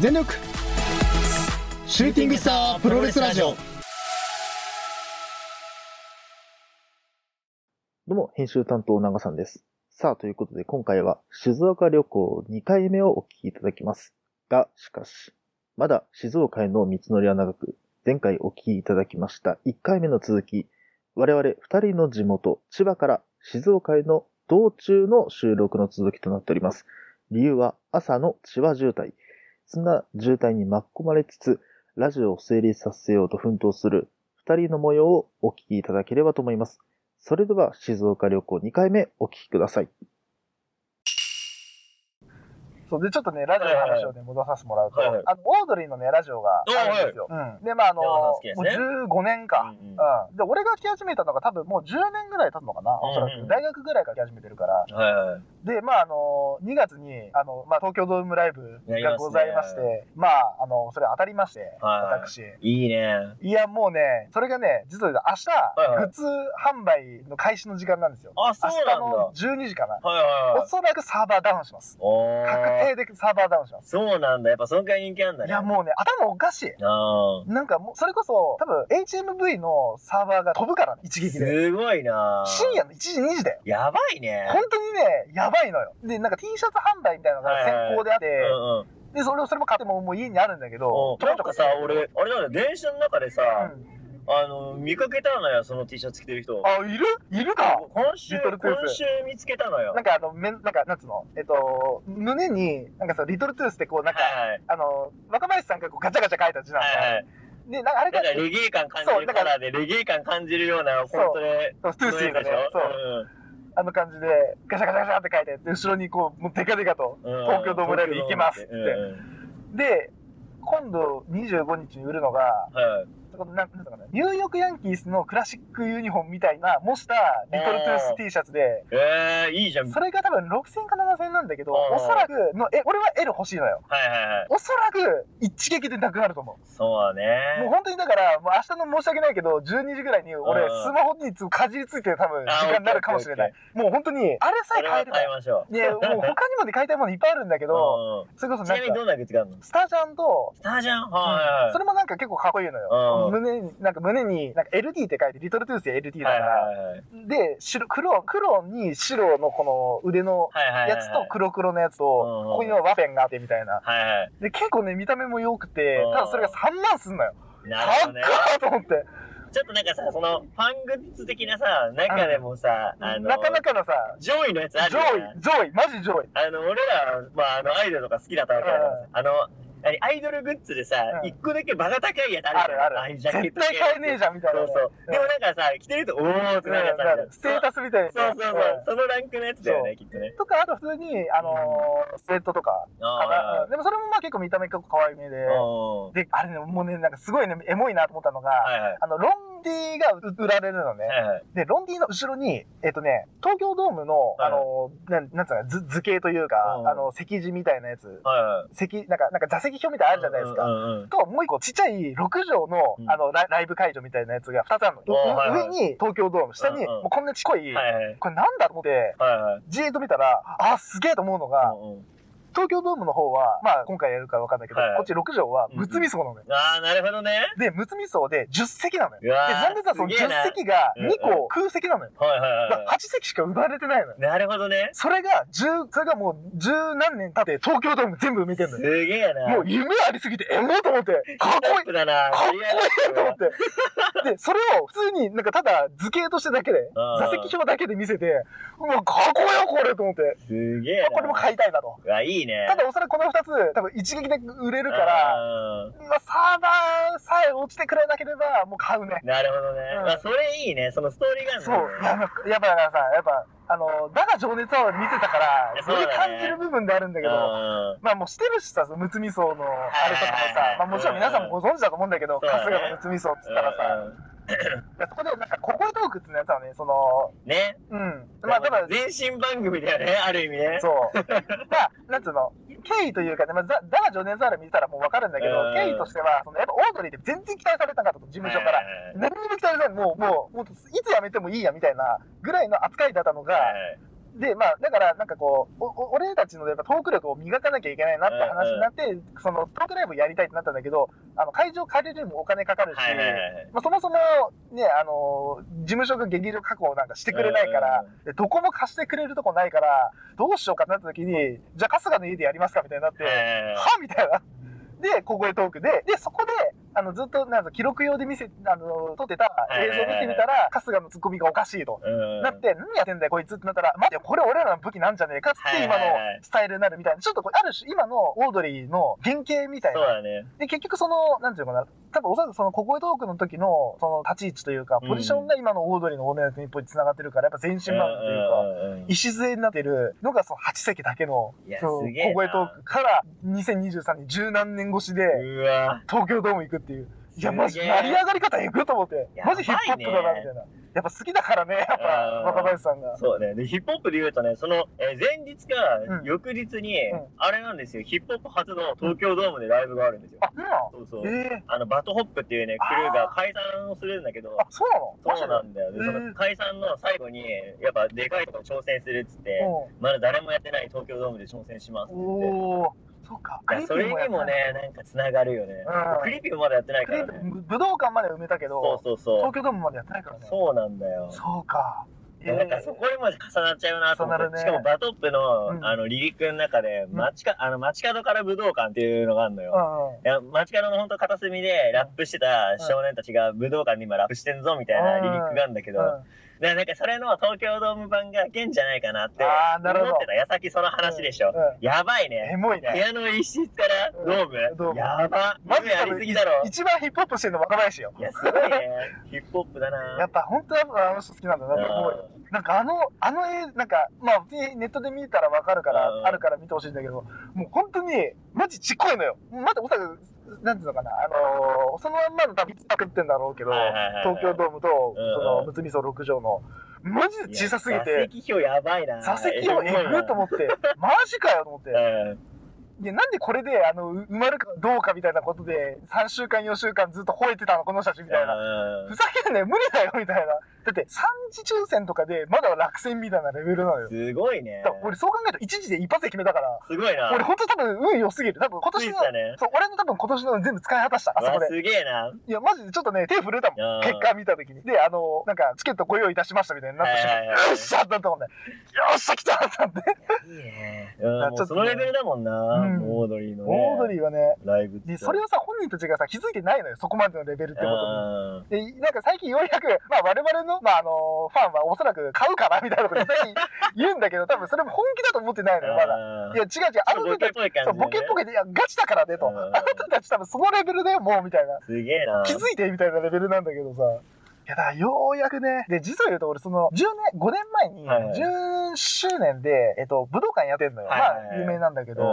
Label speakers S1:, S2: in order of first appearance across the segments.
S1: 全力シューティングスタープロレスラジオ
S2: どうも、編集担当長さんです。さあ、ということで今回は静岡旅行2回目をお聞きいただきます。が、しかし、まだ静岡への道のりは長く、前回お聞きいただきました1回目の続き、我々2人の地元、千葉から静岡への道中の収録の続きとなっております。理由は朝の千葉渋滞。そんな渋滞に巻き込まれつつ、ラジオを成立させようと奮闘する2人の模様をお聞きいただければと思います。それでは静岡旅行2回目お聞きください。
S3: そう、で、ちょっとね、ラジオの話をね、戻させてもらうと、
S4: はいはい
S3: あの、オードリーのね、ラジオがあるんですよ。うん。で、まあ、あの、
S4: いや
S3: も
S4: 好きです
S3: う
S4: ね
S3: 15年か。
S4: うんうん
S3: うん。で、俺が来始めたのが多分もう10年ぐらい経つのかな、おそら
S4: うんう
S3: く。
S4: ん
S3: 大学ぐらいから来始めてるから。
S4: はいはい。
S3: で、まあ、あの、2月に、あの、まあ、東京ドームライブ
S4: やりますね
S3: がございまして、まあ、あの、それ当たりまして、
S4: はい
S3: 私。
S4: いいね。
S3: いや、もうね、それがね、実は明日、
S4: いはい
S3: グッズ販売の開始の時間なんですよ。
S4: あ、そ
S3: 明
S4: うな
S3: 日
S4: んだ
S3: の。12時か
S4: は
S3: な。
S4: いはいは
S3: お
S4: い。
S3: そらくサーバーダウンします。
S4: お
S3: 確
S4: ー。
S3: 定でサーバーダウンします。
S4: そうなんだ。やっぱそのくらい人気あんだね。
S3: いや、もうね、頭おかしい。
S4: あ
S3: なんかもう、それこそ、多分 HMV のサーバーが飛ぶから、一
S4: ー
S3: 撃で。
S4: すごいな
S3: 深夜の1時、2時だよ。
S4: やばいね。
S3: 本当にね、やばいのよ。で、なんか T シャツ販売みたいなのが先行であって、
S4: うんうん。
S3: で、それを、それも買っても、もう家にあるんだけ
S4: お
S3: ど、
S4: なんかさ、俺、あれなんだよ、電車の中でさ、
S3: うん
S4: あの、見かけたのよ、その T シャツ着てる人。
S3: あ、いるいるか
S4: 今週、
S3: リトルトゥース
S4: 今週見つけたのよ
S3: な。んかあの、めん、なんか、なんつうのえっと、胸に、なんかその、リトルトゥースってこう、なんか、
S4: はいはい。
S3: あの、若林さんがこうガチャガチャ書いた字なのよ。
S4: はいはい。
S3: で、なんかあれ
S4: な
S3: が
S4: んか、レゲエ感感じ
S3: そう
S4: る
S3: だ
S4: カ
S3: から
S4: ラーで、レゲエ感感じるような、
S3: そう
S4: 本当で。
S3: そうトゥース
S4: ト
S3: ー
S4: ゥ
S3: が
S4: ース
S3: ね
S4: でしょ、
S3: そう、あの感じで、ガチャガチャガチャって書いて、で後ろにこう、もうデカデカと、
S4: うんうん
S3: 東京ドームライブ行きますって
S4: うんうん
S3: で、今度25日に売るのが、
S4: はい。
S3: そこなんなんていうのかなニューヨークヤンキースのクラシックユニフォームみたいな、模したリトルトゥース T シャツで、
S4: ええ、いいじゃん。はい
S3: それが多分6000か7000なんだけど、
S4: あー
S3: おそらくの、え、俺は L 欲しいのよ。
S4: はいはい。
S3: おそらく一撃でなくなると思う。
S4: そうね。
S3: もう本当にだから、もう明日の申し訳ないけど、12時ぐらいに俺
S4: あー、
S3: スマホにかじりついて多分時間になるかもしれない。もう本当に、あれさ
S4: そ
S3: え
S4: れ
S3: 買
S4: は
S3: える
S4: 買いましょう。
S3: いや、もう他にもね、買いたいものいっぱいあるんだけど、
S4: う
S3: それこそ
S4: んち
S3: なん
S4: なみにど
S3: か、
S4: んなグッズがあるの
S3: スタジャンと、
S4: スターじゃんはい
S3: それもなんか結構かっこいいの
S4: う
S3: よ。
S4: ん
S3: 胸に、なんか胸に、なんか LD って書いて、リトルトゥースで LD だか
S4: はいはい
S3: ら。
S4: はいはい。
S3: で、白、黒、黒に白のこの腕の
S4: はいはいはい。
S3: やつと黒黒のやつと、
S4: うん
S3: ここにはワペンがあってみたいな。
S4: はいはい。
S3: で、結構ね、見た目も良くて
S4: う、ん
S3: ただそれが3万すんのよ。
S4: なる
S3: か
S4: ほど
S3: っこ
S4: ね。
S3: いいと思って。
S4: ちょっとなんかさ、その、ファングッズ的なさ、中でもさ、あの、
S3: なかなかのさ、
S4: 上位のやつある
S3: 上
S4: よ
S3: 位
S4: ね、
S3: 上位、マジ上位。
S4: あの、俺ら、まあ、あの、アイドルとか好きだったわけだからさあの、何アイドルグッズでさ、
S3: うん
S4: 一個だけ場が高いやつあるじゃ
S3: ある
S4: ん
S3: ある。
S4: ジ
S3: 絶
S4: ャケッ
S3: 対
S4: ト系
S3: 買えねえじゃん、みたいな
S4: そ
S3: ね。
S4: うそう。でもなんかさ、着てると、おーってなるやつある
S3: ステータスみたいな。
S4: そうそうそう
S3: うん。
S4: そのランクのやつだよね、きっとね。
S3: とか、あと普通に、あのー、スウェットとかかな。
S4: あ
S3: うんでもそれもまあ結構見た目結構可愛めで
S4: あ。。うん
S3: で、あれね、もうね、なんかすごいね、エモいなと思ったのが、
S4: はいはい。
S3: あの、ロンディが売売られるのね。
S4: はいはい。
S3: で、ロンディの後ろに、えっとね、東京ドームの、
S4: はい
S3: あのー、なんなんつうの、図図形というか
S4: う、ん
S3: あの、席次みたいなやつ、
S4: はいはい。
S3: 席、なんか、なんか座席表みたいなのあるじゃないです
S4: う
S3: か。
S4: んうんうん
S3: と、もう一個ちっちゃい6畳の
S4: う、ん
S3: あの、ライライブ会場みたいなやつが2つあるの。
S4: おーはいはい
S3: 上に東京ドーム、下に、
S4: うんうん
S3: もうこんなちっこい、
S4: はいはい。
S3: これなんだと思って、
S4: はいはい。
S3: じーっと見たら、あ、すげえと思うのが、
S4: うんうん
S3: 東京ドームの方は、まあ今回やるからわかんないけど、
S4: はい
S3: こっち6畳は
S4: うんうん
S3: むつみ層なのよ。
S4: ああ、なるほどね。
S3: で、むつみ層で10席なのよ。
S4: う
S3: で、
S4: わー
S3: なんでさ、その
S4: すげえな
S3: 10席が
S4: うんうん
S3: 2個空席なのよ。
S4: はいはい
S3: だか
S4: は
S3: ら8席しか生まれてないのよ。
S4: い。なるほどね。
S3: それが10、それがもう十何年経って東京ドーム全部埋めてんの
S4: す
S3: よ。
S4: げえな。
S3: もう夢ありすぎて、えもうと思って、かっこいい
S4: ップだな。
S3: か
S4: 盛
S3: っこい
S4: り
S3: い
S4: 上がってる
S3: と思
S4: わ
S3: って。で、それを普通になんかただ図形としてだけで、
S4: うん
S3: 座席表だけで見せて、うわ、かっこよこれと思って、
S4: すげえな。
S3: これも買いたいなと。
S4: うわ、いいね。
S3: ただおそらくこの2つ、多分一撃で売れるから、
S4: ら。
S3: まあ、サーバーさえ落ちてくれなければ、もう買うね。
S4: なるほどね
S3: うん。
S4: まあ、それいいね。そのストーリーがあるん
S3: そ
S4: だ
S3: う
S4: よ。
S3: やっぱ、やっぱだからさ、やっぱ、あの、だが情熱は見てたから、
S4: いや
S3: それ
S4: そうだね
S3: 感じる部分であるんだけ
S4: う
S3: ど、
S4: ん
S3: まあもうしてるしさ、そのむつみ層のあれとかも
S4: はいはいは
S3: さ
S4: い、
S3: まあもちろん皆さんもご存知だと思うんだけど、
S4: そうだね
S3: 春日のむつみ層っつったらさ、
S4: うん
S3: いやそこでなんか、ここへトークってやつはね、その、
S4: ね。
S3: うん、まあただ、
S4: 全身番組だよね、ある意味ね。
S3: そう。 まあ、なんつうの、経緯というかね、まあ、だだが情熱ある見たらもうわかるんだけど
S4: う、ん
S3: 経緯としては、そのやっぱオードリーって全然期待されてなかったと、事務所から。
S4: はい
S3: 何にも期待されない、もう、もう、もういつ辞めてもいいやみたいなぐらいの扱いだったのが、
S4: はいはい
S3: で、まあ、だから、なんかこう、おお俺たちのやっぱトーク力を磨かなきゃいけないなって話になって、そのトークライブやりたいってなったんだけど、あの、会場借りるにもお金かかるし、
S4: はいはいはい。
S3: まあ、そもそもね、あの、事務所が劇場確保なんかしてくれないから、でどこも貸してくれるとこないから、どうしようかってなった時に、じゃあ春日の家でやりますかみたいになって、
S4: うん。はい
S3: はみたいな。で、ここへトークで、で、そこで、あの、ずっと、なんか記録用で見せ、あの、撮ってた映像を見てみたら、春日のツッコミがおかしいと。
S4: うん
S3: なって、何やってんだよ、こいつってなったら、待てよ、これ俺らの武器なんじゃねえかっつって、今の
S4: はいはいはい
S3: スタイルになるみたいな。ちょっとこれ、ある種、今のオードリーの原型みたい
S4: そう
S3: な。
S4: だね。
S3: で、結局その、なんていうのかな、多分おそらくその、ここへトークの時の、その、立ち位置というか、ポジションが今のオードリーのオールナイトニッポンに繋がってるから、やっぱ前進版というか、
S4: うんうんうん
S3: 礎になってるのがその8席だけの、
S4: いや
S3: その
S4: すげえな
S3: 小声トークから2023年十何年越しで
S4: うわ。
S3: 東京ドーム行くっていう。い
S4: すげ
S3: や、
S4: え
S3: マジ、成り上がり方エグいと思って
S4: や。ば
S3: マ
S4: いね
S3: ジヒップホップだな、みたいな。やっぱ好きだからね、やっぱ
S4: うん
S3: 若林さんが。
S4: そうね。で、ヒップホップで言うとね、その、えー前日か
S3: うん
S4: 翌日に
S3: うん、
S4: あれなんですよ、ヒップホップ初の東京ドームでライブがあるんですよ。
S3: あ、そうなの
S4: そうそう。
S3: ええ
S4: あの、バトホップっていうね、クルーが解散をするんだけど、
S3: あ、そうなのマジ
S4: そうなんだよ。で、
S3: えー
S4: その解散の最後に、やっぱでかいとこ挑戦するっつって、
S3: う
S4: まだ誰もやってない東京ドームで挑戦しますっ
S3: ん
S4: て言って。
S3: おー、そっか。
S4: いやそれにもね、なんか繋がるよね
S3: うん。
S4: クリーピーもまだやってない
S3: ク
S4: か
S3: リー
S4: ら
S3: プ
S4: ね。
S3: 武道館まで埋めたけ
S4: そう
S3: ど、
S4: そうそう
S3: 東。京ドームまでやってないからね。
S4: そうなんだよ。
S3: そうか。
S4: いやなんかそこにまで重なっちゃうなと思
S3: 重な
S4: っ
S3: る
S4: て、
S3: ね
S4: しかもバトップの、
S3: うん
S4: あのリリックの中で
S3: うん
S4: 街か、あの街角から武道館っていうのがあるの
S3: う
S4: よ、
S3: んうん。
S4: いや街角のほんと片隅でラップしてた少年たちが武道館で今ラップしてんぞみたいな
S3: うん
S4: リリックがあるんだけど、
S3: うん
S4: でなんかそれの東京ドーム版が現んじゃないかなって
S3: あー
S4: 思
S3: なるほど
S4: ってた矢先その話でしょ、
S3: う
S4: やばい
S3: んエ
S4: ね
S3: モ
S4: 部
S3: いね。
S4: 屋の一室からドーム、
S3: うんドーム
S4: やばマ
S3: マジ
S4: ジ
S3: で
S4: やりすぎだろ
S3: 一番ヒップホップしてるの若林よ
S4: い。やすごいねヒップホップだな
S3: やっぱ本当はあの人好きなんだなって思うよ。なんかあの、あの絵、なんか、まあ、ネットで見たらわかるから、
S4: うん
S3: あるから見てほしいんだけど、もう本当に、マジちっこいのよ。まだおそらく、なんていうのかな、あのーそのまんまの多分作ってんだろうけど、
S4: はいはいはいはい
S3: 東京ドームと、
S4: うん
S3: その、むつみそ6畳の、マジで小さすぎ
S4: いや座
S3: て、
S4: 席表やばいな
S3: 座席をえぐっと 思って、マジかよと思って。
S4: うん
S3: いや、なんでこれで、あの、う埋まるかどうかみたいなことで、3週間、4週間ずっと吠えてたの、この人たちみたいな。ふざけんなよ、無理だよ、みたいな。だって、3次抽選とかで、まだ落選みたいなレベルなのよ。
S4: すごいね
S3: だから俺、そう考えると、1時で一発で決めたから、
S4: すごいな
S3: 俺、ほんと多分、運良すぎる。多分、今
S4: つ
S3: 年
S4: い
S3: の
S4: て、たね
S3: そう、俺の多分、今年の全部使い果たした、あそこ
S4: わ
S3: で。
S4: すげえない
S3: や、マジでちょっとね、手震えたも
S4: うん
S3: ん。結果見たときに。で、あの、なんか、チケットご用意いたしましたみたいになってしま
S4: はいは
S3: っ
S4: いはい
S3: て、よっしゃだと思って、よっしゃ、来たってなって。
S4: いいね
S3: ん
S4: もうそのレベルだもんな
S3: うん
S4: オードリーのね
S3: オードリーはね、
S4: ライブって
S3: で、それをさ、本人たちがさ、気づいてないのよ、そこまでのレベルってことに。
S4: うん
S3: で、なんか最近ようやく、まあ我々の、まああの、ファンはおそらく買うかなみたいなこと最 近言うんだけど、多分それも本気だと思ってないのよ、まだ。
S4: うん
S3: いや、違う違う、あ
S4: ちょ
S3: の
S4: っとボ
S3: 時
S4: ケっ
S3: は、
S4: ぽい感
S3: そ
S4: じ
S3: うボケっぽ
S4: い
S3: くて、いや、ガチだからねと。
S4: うん
S3: あなたたち多分そのレベルだよ、もう、みたいな。
S4: すげえな
S3: 気づいてみたいなレベルなんだけどさ。いや、だからようやくね。で、実を言うと俺その、10年、5年前に、
S4: はいはい
S3: 10周年で、えっと、武道館やってんのよ。
S4: はい
S3: ま
S4: はいはい
S3: あ、有名なんだけ
S4: うん
S3: ど、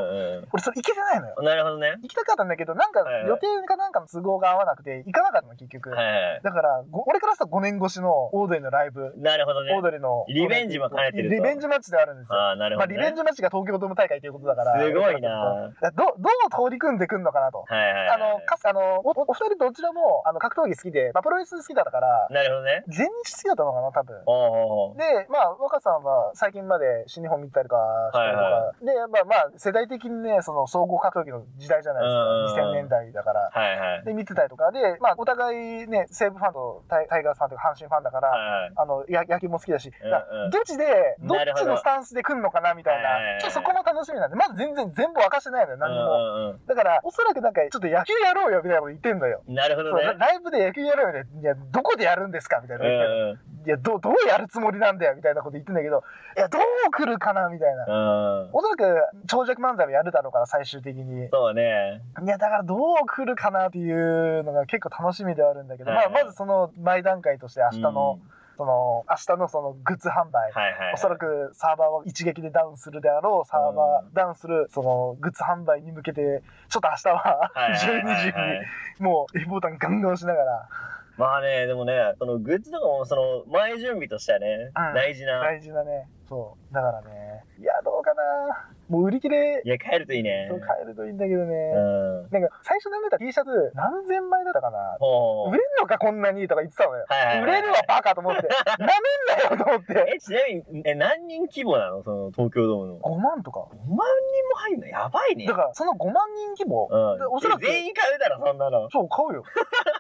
S3: 俺それ行けてないのよ。
S4: うんなるほどね
S3: 行きたかったんだけど、なんか
S4: はいはい
S3: 予定かなんかの都合が合わなくて、行かなかったの、結局。
S4: はい
S3: だから、ご俺からしたら5年越しのオードリーのライブ、
S4: なるほど
S3: オー
S4: ね
S3: ドリーの。
S4: リベンジも兼ねてると
S3: リベンジマッチであるんですよ。
S4: ああなる
S3: まあ、
S4: ほど
S3: リ
S4: ね
S3: ベンジマッチが東京ドーム大会ということだから。
S4: すごいな
S3: だからどう、どう取り組んでくんのかなと。
S4: はいはいはい
S3: あの、かつ、あの、おおお二人どちらも、あの、格闘技好きで、まあ、プロレス好きだったから、
S4: なるほどね
S3: 全日好きだったのかな、多分。
S4: おうおうおう
S3: で、まあ、若さんは最近まで新日本見たりとかしてるとか、で、まあまあ、世代的にね、その総合格闘技の時代じゃないですか。
S4: うんうんうん
S3: 2000年代だから。
S4: はいはい
S3: で、見てたりとか、で、まあ、お互いね、西武ファンとタイタイガースファンというか阪神ファンだから、
S4: はいはい
S3: あの、や野球も好きだし、
S4: うんうん
S3: だからどっちで、どっ
S4: なるほ
S3: ち
S4: ど
S3: のスタンスで来るのかなみたい
S4: はいはいは
S3: な、
S4: い
S3: ちょっとそこも楽しみなんで、まだ全然全部明かしてないのよ、何も。
S4: うんうん
S3: だから、おそらくなんか、ちょっと野球やろうよみたいなこと言ってんのよ。
S4: うんなるほ
S3: そ
S4: ど
S3: うラ
S4: ね
S3: ライブで野球やろうよね。いや、どこでやるんですかみたいなこと言ってんの。
S4: うんうん
S3: いや、どう、どうやるつもりなんだよみたいなこと言ってんだけど、いや、どう来るかなみたいな。
S4: うん
S3: おそらく、長尺漫才をやるだろうから、最終的に。
S4: そうね
S3: いや、だからどう来るかなっていうのが結構楽しみではあるんだけど、
S4: はいはい
S3: まあ、まずその前段階として明日の、その、明日のそのグッズ販売
S4: うん、はいはい
S3: おそらくサーバーは一撃でダウンするであろう、サーバ
S4: う
S3: ー、ダウンする、その、グッズ販売に向けて、ちょっと明日は、
S4: はいはいはいはい
S3: 12時に、もう、F ボタンガンガン押しながら、
S4: まあね、でもね、そのグッズとかも、その前準備としてはね、
S3: うん
S4: 大事な。
S3: 大事なね、そう、だからね、いや、どうかなもう売り切れ、
S4: いや、帰るといいね。
S3: そう買えるといいんだけどね。
S4: うん。
S3: なんか、最初なんだったら T シャツ何千枚だったかな。
S4: ほ
S3: 売
S4: う
S3: れ。るのかこんなにとか言ってたのよ。
S4: はいはいはい
S3: 売れるわバカと思って。なめんなよと思って。
S4: え、ちなみに、え、何人規模なのその、東京ドームの。
S3: 5万とか。
S4: 5万人も入るのやばいね。
S3: だから、その5万人規模、
S4: うん
S3: でおそらく
S4: え全員買うだろ、そんなの。
S3: そう、買 うよ。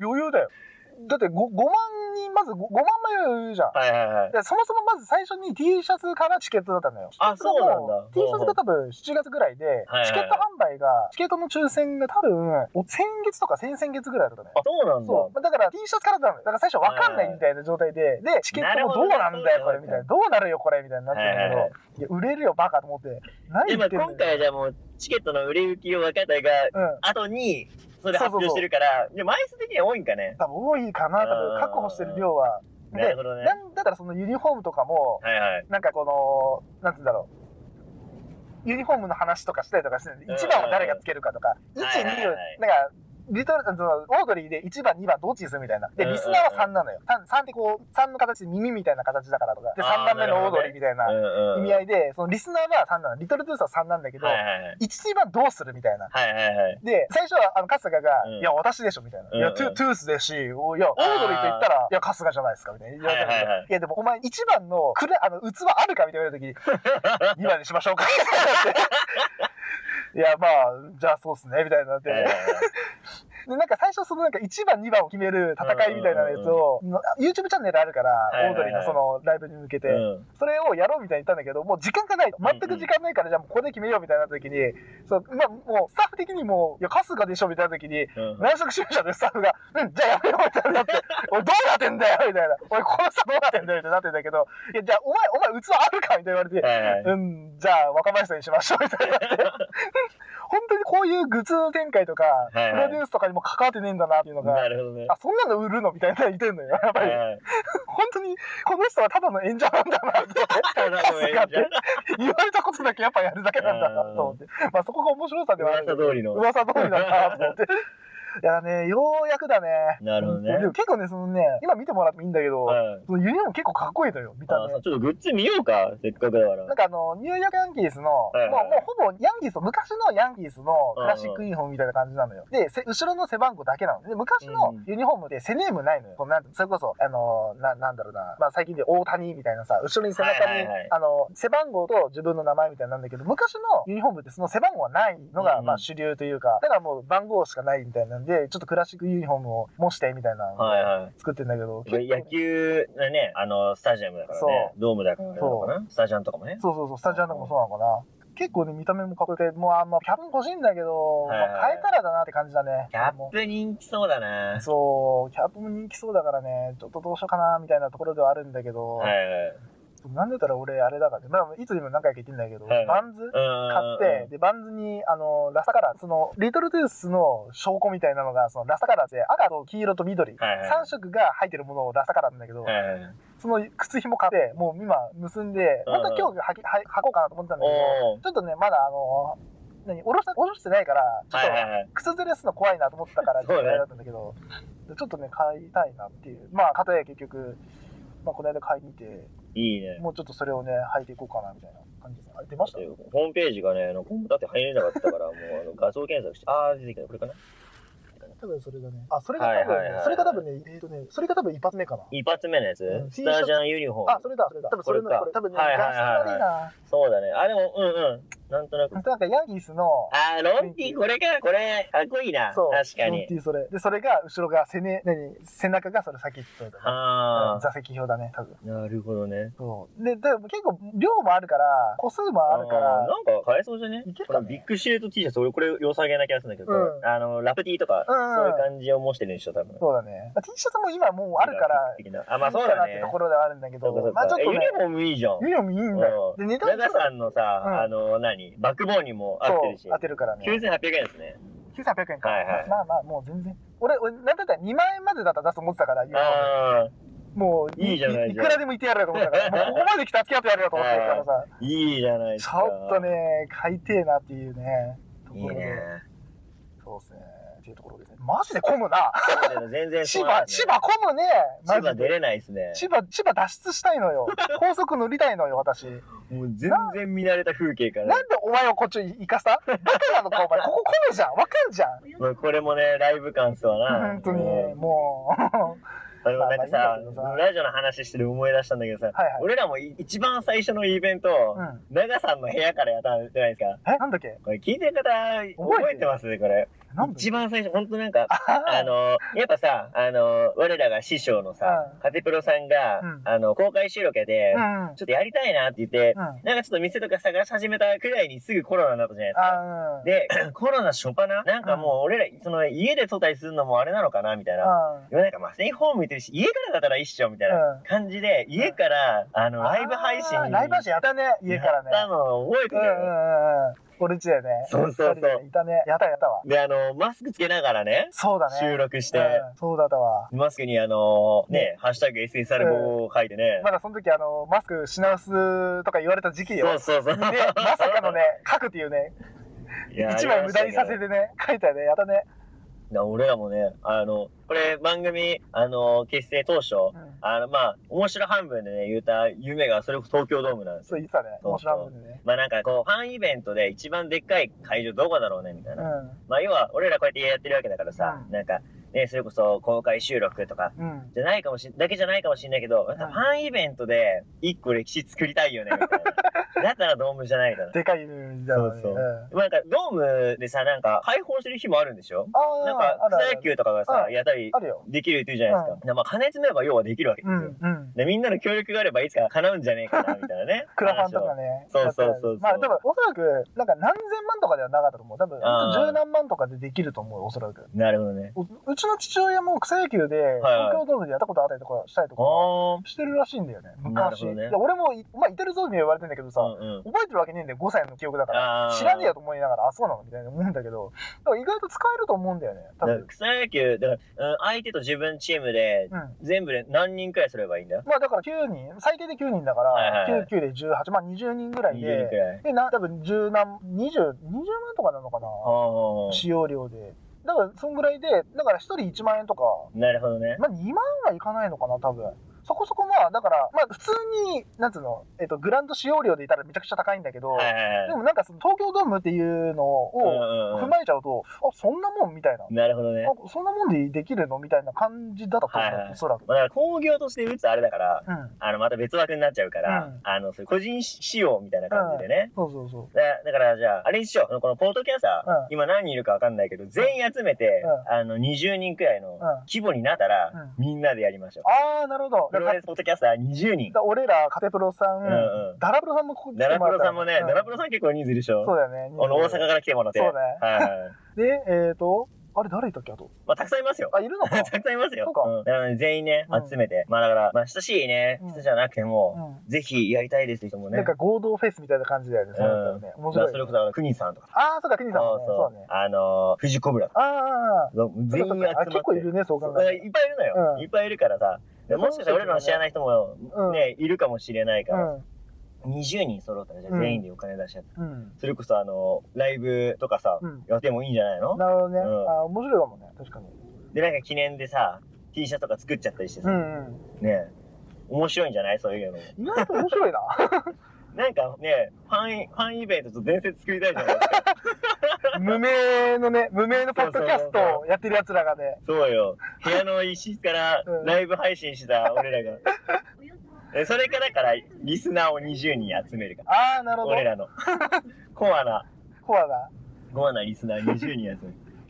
S3: 余裕だよ。だって 5, 5万人、まず 5, 5万枚は余裕じゃん。
S4: はいはいはい。
S3: でそもそもまず最初に T シャツからチケットだったのよ。
S4: あそうなんだ
S3: T シャツが多分7月ぐらいで
S4: はいは、い
S3: チケット販売が、チケットの抽選が多分、お先月とか先々月ぐらいだったのよ。
S4: あ、そうなんだ。
S3: そう。だから T シャツからだったのよ。だから最初わかんないみたいな状態で、で、チケットもどうなんだよ、これ、みたいな。どうなるよ、これ、みたいになってるんだけ
S4: はいはい
S3: ど、いや、売れるよ、バカと思って。何
S4: で
S3: 言
S4: も
S3: ってんの
S4: 今回はじゃあもう、チケットの売れ行きを分かったが、
S3: うん。
S4: 後に、それ発表してるから、じゃあ枚数的には多いんかね。
S3: 多分多いかな、多分確保してる量は。で
S4: なるほどね。
S3: なんだからそのユニフォームとかも、
S4: はいはい。
S3: なんかこの、なんて言うんだろう。ユニフォームの話とかしたりとかしてるんで、
S4: うん
S3: 1番は誰がつけるかとか、1、2
S4: はいはいは、い
S3: なんか、リトル、その、オードリーで1番、2番どっちにするみたいな。で、
S4: うんうんうん
S3: リスナーは3なのよ。3ってこう、3の形で耳みたいな形だからとか、で、
S4: あー
S3: 3番目のオードリーみたいな
S4: うんうん。
S3: 意味合いで、そのリスナーは3なの。リトルトゥースは3なんだけど、
S4: はいはいはい。
S3: 1、2番どうするみたいな。
S4: はいはいはい。
S3: で、最初は、あの、春日が、
S4: うん
S3: いや、私でしょ、みたいな。
S4: うんうん
S3: いや、トゥトゥースでし、おいや、オードリーと言ったら、いや、春日じゃないですか、みたいな。言われたんだけ
S4: はい
S3: ど
S4: はいはい
S3: いや、でも、お前、一番の、くれ、あの、器あるかみたいな時に、2番にし ましょうか、みたいになって。いや、まあ、じゃあそうっすね、みたいになって。
S4: はいはい
S3: で、
S4: はい
S3: なんか最初、そのなんか1番、2番を決める戦いみたいなやつを、の YouTube チャンネルあるから、
S4: いはいはい
S3: オードリーのそのライブに向けて、
S4: うん
S3: それをやろうみたいに言ったんだけど、もう時間がない。全く時間ないから、じゃあもうここで決めようみたいな時に、そう、まあ、もうスタッフ的にもう、いや、春日でしょみたいな時に、
S4: うん
S3: 内職主義者でスタッフが、うん、じゃあやめようみたいになって、 おい、どうなってんだよみたいな。おい、この人どうなってんだよみたいになってんだけど、いや、じゃあお前、お前、器あるかみたいに言われて、
S4: はいはい
S3: うん、じゃあ若林さんにしましょうみたいになって。本当にこういうグッズ展開とか、
S4: はい
S3: プロデュースとかにも関わってねえんだなっていうのが、
S4: なるほどね。
S3: あ、そんなの売るのみたいな言ってんのよ。やっぱり、
S4: はいはい
S3: 本当に、この人はただの演者なんだなって。
S4: ただの演者
S3: さすがって言われたことだけやっぱやるだけなんだなと思って。まあそこが面白さではあるけど。
S4: 噂通りの
S3: 噂通りだなと思って。 いやね、ようやくだね。
S4: なるほどね
S3: でも結構ね、そのね、今見てもらってもいいんだけ
S4: う
S3: ど、
S4: ん
S3: そのユニフォーム結構かっこいいのよ、見た
S4: あ
S3: 目
S4: そう。ちょっとグッズ見ようか、せっかくだから。
S3: なんかあの、ニューヨークヤンキースの、
S4: いはい
S3: もう、もうほぼヤンキースの、昔のヤンキースのクラシックユニフォームみたいな感じなのよ。で、せ後ろの背番号だけなの。で、昔の
S4: うん
S3: ユニフォームで背ネームないのよ。こうなんてそれこそ、あの、な、なんだろうな。まあ最近で大谷みたいなさ、後ろに背中
S4: は
S3: に、
S4: いはいはい
S3: あの、背番号と自分の名前みたいなんだけど、昔のユニフォームってその背番号はないのが、
S4: うん
S3: まあ主流というか、だからもう番号しかないみたいなんで、ちょっとクラシックユニフォームを模してみたいなのを
S4: はいはい。
S3: 作ってんだけど、
S4: これ野球のね、あの、スタジアムだからね
S3: そ。
S4: ドームだからなのかなスタジアムとかもね。
S3: そうそうそう、スタジアムとかもそうなのかな。結構ね、見た目もかっこよくて、もうあんまキャップ欲しいんだけど、
S4: はい
S3: まあ変えたらだなって感じだね。
S4: キャ
S3: も
S4: ップ人気そうだな。
S3: そう、キャップも人気そうだからね、ちょっとどうしようかな、みたいなところではあるんだけど、
S4: はいはい。
S3: なんで言ったら俺、あれだからね、まあ、いつでも何回か言ってんだけど、
S4: はい
S3: バンズ買
S4: 買
S3: って、、で、バンズに、あの、ラサカラー、その、リトルトゥースの証拠みたいなのが、その、ラサカラーで赤と黄色と緑、
S4: はいはい
S3: 3色が入ってるものをラサカラーなんだけど、
S4: はいはい
S3: その靴紐買って、もう今結んで、
S4: うん
S3: 本当は今日はきは履こうかなと思ってたんだけ
S4: おー
S3: ど、ちょっとね、まだあの、何、おろした、おろしてないから、ちょっ
S4: はいはい
S3: と
S4: はい。
S3: 靴ずれすの怖いなと思ったから、ち
S4: そうね
S3: ょっとあれだったんだけど、ちょっとね、買いたいなっていう。まあ、片や結局、まあ、この間買いに行って、
S4: いいね。
S3: もうちょっとそれをね、履いていこうかなみたいな感じです。あれ、出ました
S4: ホームページがね、あの、だって入れなかったから、もうあの画像検索して、あー、出てきた、これかな。
S3: 多分それだね。あ、それが多分、
S4: はいはいはい
S3: それが多分ね、えっ、とね、それが多分一発目かな。
S4: 一発目のやつ、
S3: うん
S4: スタジャンユニフォー
S3: あ、
S4: ム。
S3: それだ、それだ。多分それの、
S4: これか
S3: これ、多分ね、
S4: はいはい
S3: 画質
S4: はいはい
S3: 悪いな。
S4: そうだね。あ、でも、うんうん。なんとなく。
S3: なんか、ヤンギースの、
S4: あー、ロンティ、これか、これ、かっこいいな。
S3: そう。
S4: 確かに
S3: ロンテ。ィーそれ。で、それが、後ろが背ね、何背中がそれさっき言ってたや
S4: あ
S3: つ。座席表だね、多分。
S4: ー、なるほどね。
S3: そう。で、でも結構、量もあるから、個数もあるから、
S4: ーなんか買えそうじゃね
S3: いける
S4: こ
S3: かね
S4: のビッグシルエット T シャツ、俺これ良さげな気がするんだけど、
S3: うん
S4: あの、ラプティとか、
S3: うん
S4: そういう感じを模してるんでしょ、多分。
S3: そうだね。まあ T シャツも今もうあるから、
S4: 的な。あ、まあそうだ
S3: いい
S4: ね
S3: かなってと。ころではあるんだけ
S4: そうかそ
S3: ど
S4: う、
S3: まあ
S4: か
S3: ちょっ
S4: え
S3: と
S4: ユ
S3: ね
S4: ニ、フォームいいじゃん。
S3: ユニフォームいいんだよ。
S4: う
S3: で、
S4: ん
S3: 値段
S4: 長さんのさ、
S3: うん
S4: あの、何バックボーンにも合ってるし
S3: そう、。当てるからね。
S4: 9800円ですね。
S3: 9800円か。
S4: はいはい
S3: まあまあ、もう全然。俺、俺、なんだったら2万円までだったら出すと思ってたから、ユニフォーム
S4: あ
S3: もう、
S4: いいじゃない
S3: い
S4: じ
S3: く
S4: ゃん
S3: らでもいてやるよと思ってたから、もうここまで来たら付き合ってやるよと思ってたからさ。
S4: あ、いいじゃないです
S3: ち
S4: か。
S3: ょっと。ね、買いてえなっていうね、と
S4: いい
S3: ころで。
S4: ね。
S3: そうですね。っていうところですね。マジで混むな。
S4: そうだよね全然
S3: 千
S4: そうなん
S3: 葉、
S4: だよ
S3: 千葉混むね。マ
S4: 千葉
S3: ジ
S4: 出
S3: で。
S4: れないですね。
S3: 千葉、千葉脱出したいの よ。高速乗りたいのよ、私。
S4: もう全然見慣れた風景から。
S3: なんでお前をこっちに行かせたバカなのか、お前。ここ混むじゃん。わかるじゃん。
S4: もうこれもね、ライブ感っすわな。
S3: 本当に
S4: う、ん
S3: もう。
S4: あれもなんか
S3: まあ
S4: さ
S3: まあいいんだけどさ、
S4: ラジオの話してる思い出したんだけどさ、
S3: はいはい
S4: 俺らもい一番最初のイベント、
S3: うん。
S4: 長さんの部屋からやったんじゃないですか。
S3: えなんだっけ
S4: これ聞いてる方、覚えてますね、これ。
S3: なんだ
S4: 一番最初、ほんとなんか、
S3: あ
S4: あの、やっぱさ、あの、我らが師匠のさ
S3: うん、
S4: カテプロさんが、
S3: うん
S4: あの、公開収録やで、
S3: うん。
S4: ちょっとやりたいなって言って、
S3: うん。うん。
S4: なんかちょっと店とか探し始めたくらいにすぐコロナになったじゃないですか。
S3: あうん。
S4: で、 コロナ初っ端なんかもう俺ら、その家で招待するのもあれなのかなみたいな。
S3: う
S4: 今なんかマスインホーム行ってるし、家からだったら一緒みたいな感じで、家から、あの、
S3: ん。
S4: ライブ配信
S3: あーライブ配信やったね、家からね。
S4: やったの覚えて
S3: うん
S4: る
S3: うんうんうん。俺ちだよね。
S4: そうそうそう
S3: 二人でいたね。やったやったわ。
S4: で、あの、マスクつけながらね、
S3: そうだね。
S4: 収録して、
S3: うんそうだったわ。
S4: マスクにあの、ね、ハッシュタグ SSR5 を書いてね。
S3: まだその時あの、マスクし直すとか言われた時期よ。
S4: そうそうそう。
S3: で、まさかの ね、書くっていうね、
S4: いや、
S3: 一枚無駄にさせ
S4: る。
S3: てね、書いたよね、やったね。
S4: な俺らもね、あの、これ番組、あの、結成当初、
S3: うん
S4: あの、まあ、面白半分でね、言うた夢が、それこそ東京ドームなんですよ。
S3: そう言ってたね。
S4: そう
S3: 面
S4: そう
S3: 白いもんね。
S4: まあなんかこう、ファンイベントで一番でっかい会場どこだろうね、みたいうな。
S3: ん。
S4: まあ要は、俺らこうやってやってるわけだからさ、
S3: うん
S4: なんか、ね、それこそ公開収録とか、
S3: うん。
S4: じゃないかもしん、だけじゃないかもしんないけど、なんか
S3: うん
S4: ファンイベントで一個歴史作りたいよね、みたい な。だったらドームじゃないかな。
S3: でかい犬だよね。
S4: そうそうんまあなんか、ドームでさ、なんか、開放してる日もあるんでしょ
S3: ああ、
S4: なんか、
S3: あ
S4: 草
S3: るあ
S4: 野
S3: る
S4: 球とかがさ、
S3: うん
S4: やったり
S3: あるよ。
S4: できるって言うじゃないですか。まあ、金詰めば要はできるわけです
S3: う
S4: よ。
S3: ん。うん。。
S4: で、みんなの協力があればいつか叶うんじゃねえかな、みたいなね
S3: クラファンとかね。
S4: そうそうそうそう
S3: まあ、多分、おそらく、なんか何千万とかではなかったと思う。多分、
S4: あー
S3: 十何万とかでできると思う、おそらく。
S4: 話を。なるほどね。
S3: ううちの父親も草野球で、
S4: はい
S3: 東京ドームでやったことあったりとかしたりとか
S4: あ
S3: してるらしいんだよね、
S4: なるほ
S3: 昔。
S4: どね
S3: いや俺もい、まあ、いてるぞに言われてんだけどさ、
S4: あ。うんうん。
S3: 覚えてるわけねえんだよ、5歳の記憶だから。
S4: あー
S3: 知らねえよと思いながら、あ、そうなのみたいな思うんだけど、だから意外と使えると思うんだよね、
S4: だ
S3: 多
S4: から
S3: 分。
S4: 草野球、だから、うん、相手と自分チームで、
S3: うん。
S4: 全部で何人くらいすればいいんだ
S3: まあだから9人、最低で9人だか
S4: はいはいは
S3: ら
S4: い、
S3: 99で18、まあ20人ぐら
S4: ?20
S3: い
S4: 人く
S3: で、
S4: らい。
S3: で、な、多分10何、20、20万とかなのかな、
S4: ああ。
S3: 使用量で。だから、そんぐらいで、だから1人1万円とか、
S4: なるほどね。
S3: まあ、2万はいかないのかな、多分。そこそこまあ、だから、まあ、普通に、なんつうの、えっと、グランド使用量でいたらめちゃくちゃ高いんだけど、
S4: はいはいはい
S3: で。もなんかその東京ドームっていうのを
S4: うんうん
S3: 踏
S4: うん
S3: まえちゃうと、あ、そんなもんみたいな。
S4: なるほどね。
S3: あ、そんなもんでできるのみたいな感じだったと思う、
S4: はいはい
S3: おそらく。
S4: まあ、だから工業として打つあれだから、
S3: うん。
S4: あの、また別枠になっちゃうから、
S3: うん
S4: あの、そういう個人仕様みたいな感じでね。
S3: そうそうそう。
S4: だだから、じゃあ、あれにしよう。このポートキャスター、
S3: うん
S4: 今何人いるかわかんないけど、全員集めて、
S3: う
S4: あの、20人くらいの
S3: ん
S4: 規模になったら、
S3: うん
S4: みんなでやりましょう。
S3: あー、なるほど。
S4: プ
S3: だ
S4: ロ
S3: か
S4: レスポッドキャスター20人。
S3: ら俺ら、カテプロさん、
S4: うんうん
S3: ダラプロさんもここ来
S4: ダ
S3: て
S4: ラプ
S3: もらっ
S4: ロ
S3: た
S4: さんもね、
S3: う
S4: ダラプロさん結構人数いるでしょ。
S3: そうだよね。
S4: あの、大阪から来てもらって。
S3: そうだね
S4: はいはいはい。
S3: で、えっ、ー、と、あれ誰いたっけあと。
S4: まあ、たくさんいますよ。
S3: あ、いるの か。
S4: たくさんいますよ。
S3: そうか
S4: んだからね、全員ね
S3: う、ん
S4: 集めて。まあ、だから、まあ、親しいね
S3: うん、
S4: 人じゃなくても、
S3: うん。
S4: ぜひやりたいですって人もね。
S3: なんか合同フェスみたいな感じだよね。そうだったよね。面
S4: ま
S3: 白
S4: あ
S3: い、
S4: それこそ、あの、クニさんとか。
S3: ああ、そうか、国さんもね。
S4: そう
S3: そう
S4: そ
S3: だ
S4: う
S3: ね。。
S4: あのー、フジコブラとか。
S3: ああ、
S4: 全員集
S3: そう
S4: ま
S3: か
S4: っ
S3: あ
S4: て。
S3: 結構いるね、そ
S4: そ
S3: う考
S4: うだから
S3: え
S4: い
S3: る
S4: っぱいいるの
S3: う
S4: よ。
S3: ん
S4: いっぱいいるからさ。でもしかしたら俺らの知らない人も
S3: うん
S4: ね、いるかもしれない
S3: と。
S4: から、20人揃ったら、じゃあ全員でお金出しちゃって。
S3: うん。うん。
S4: それこそ、あの、ライブとかさ、
S3: うん。
S4: やってもいいんじゃないの
S3: なるほどね。
S4: うん
S3: あー面白いかもね、確かに。
S4: で、なんか記念でさ、T シャツとか作っちゃったりして
S3: う
S4: さ、
S3: んうん。
S4: ね面白いんじゃないそういうのも。
S3: 意外と面白いな。
S4: なんかね、ファンイ、ファンイベントと伝説作りたいじゃないです か。
S3: 無名のね、無名のポッドキャストをやってる奴らがね、
S4: そうよ。部屋の石から
S3: うん
S4: ライブ配信した俺ら が。えそれからだから、リスナーを20人集めるから。
S3: ああ、なるほど
S4: 俺。らの。コアな、
S3: コアだ。
S4: コアなリスナー20人集め る。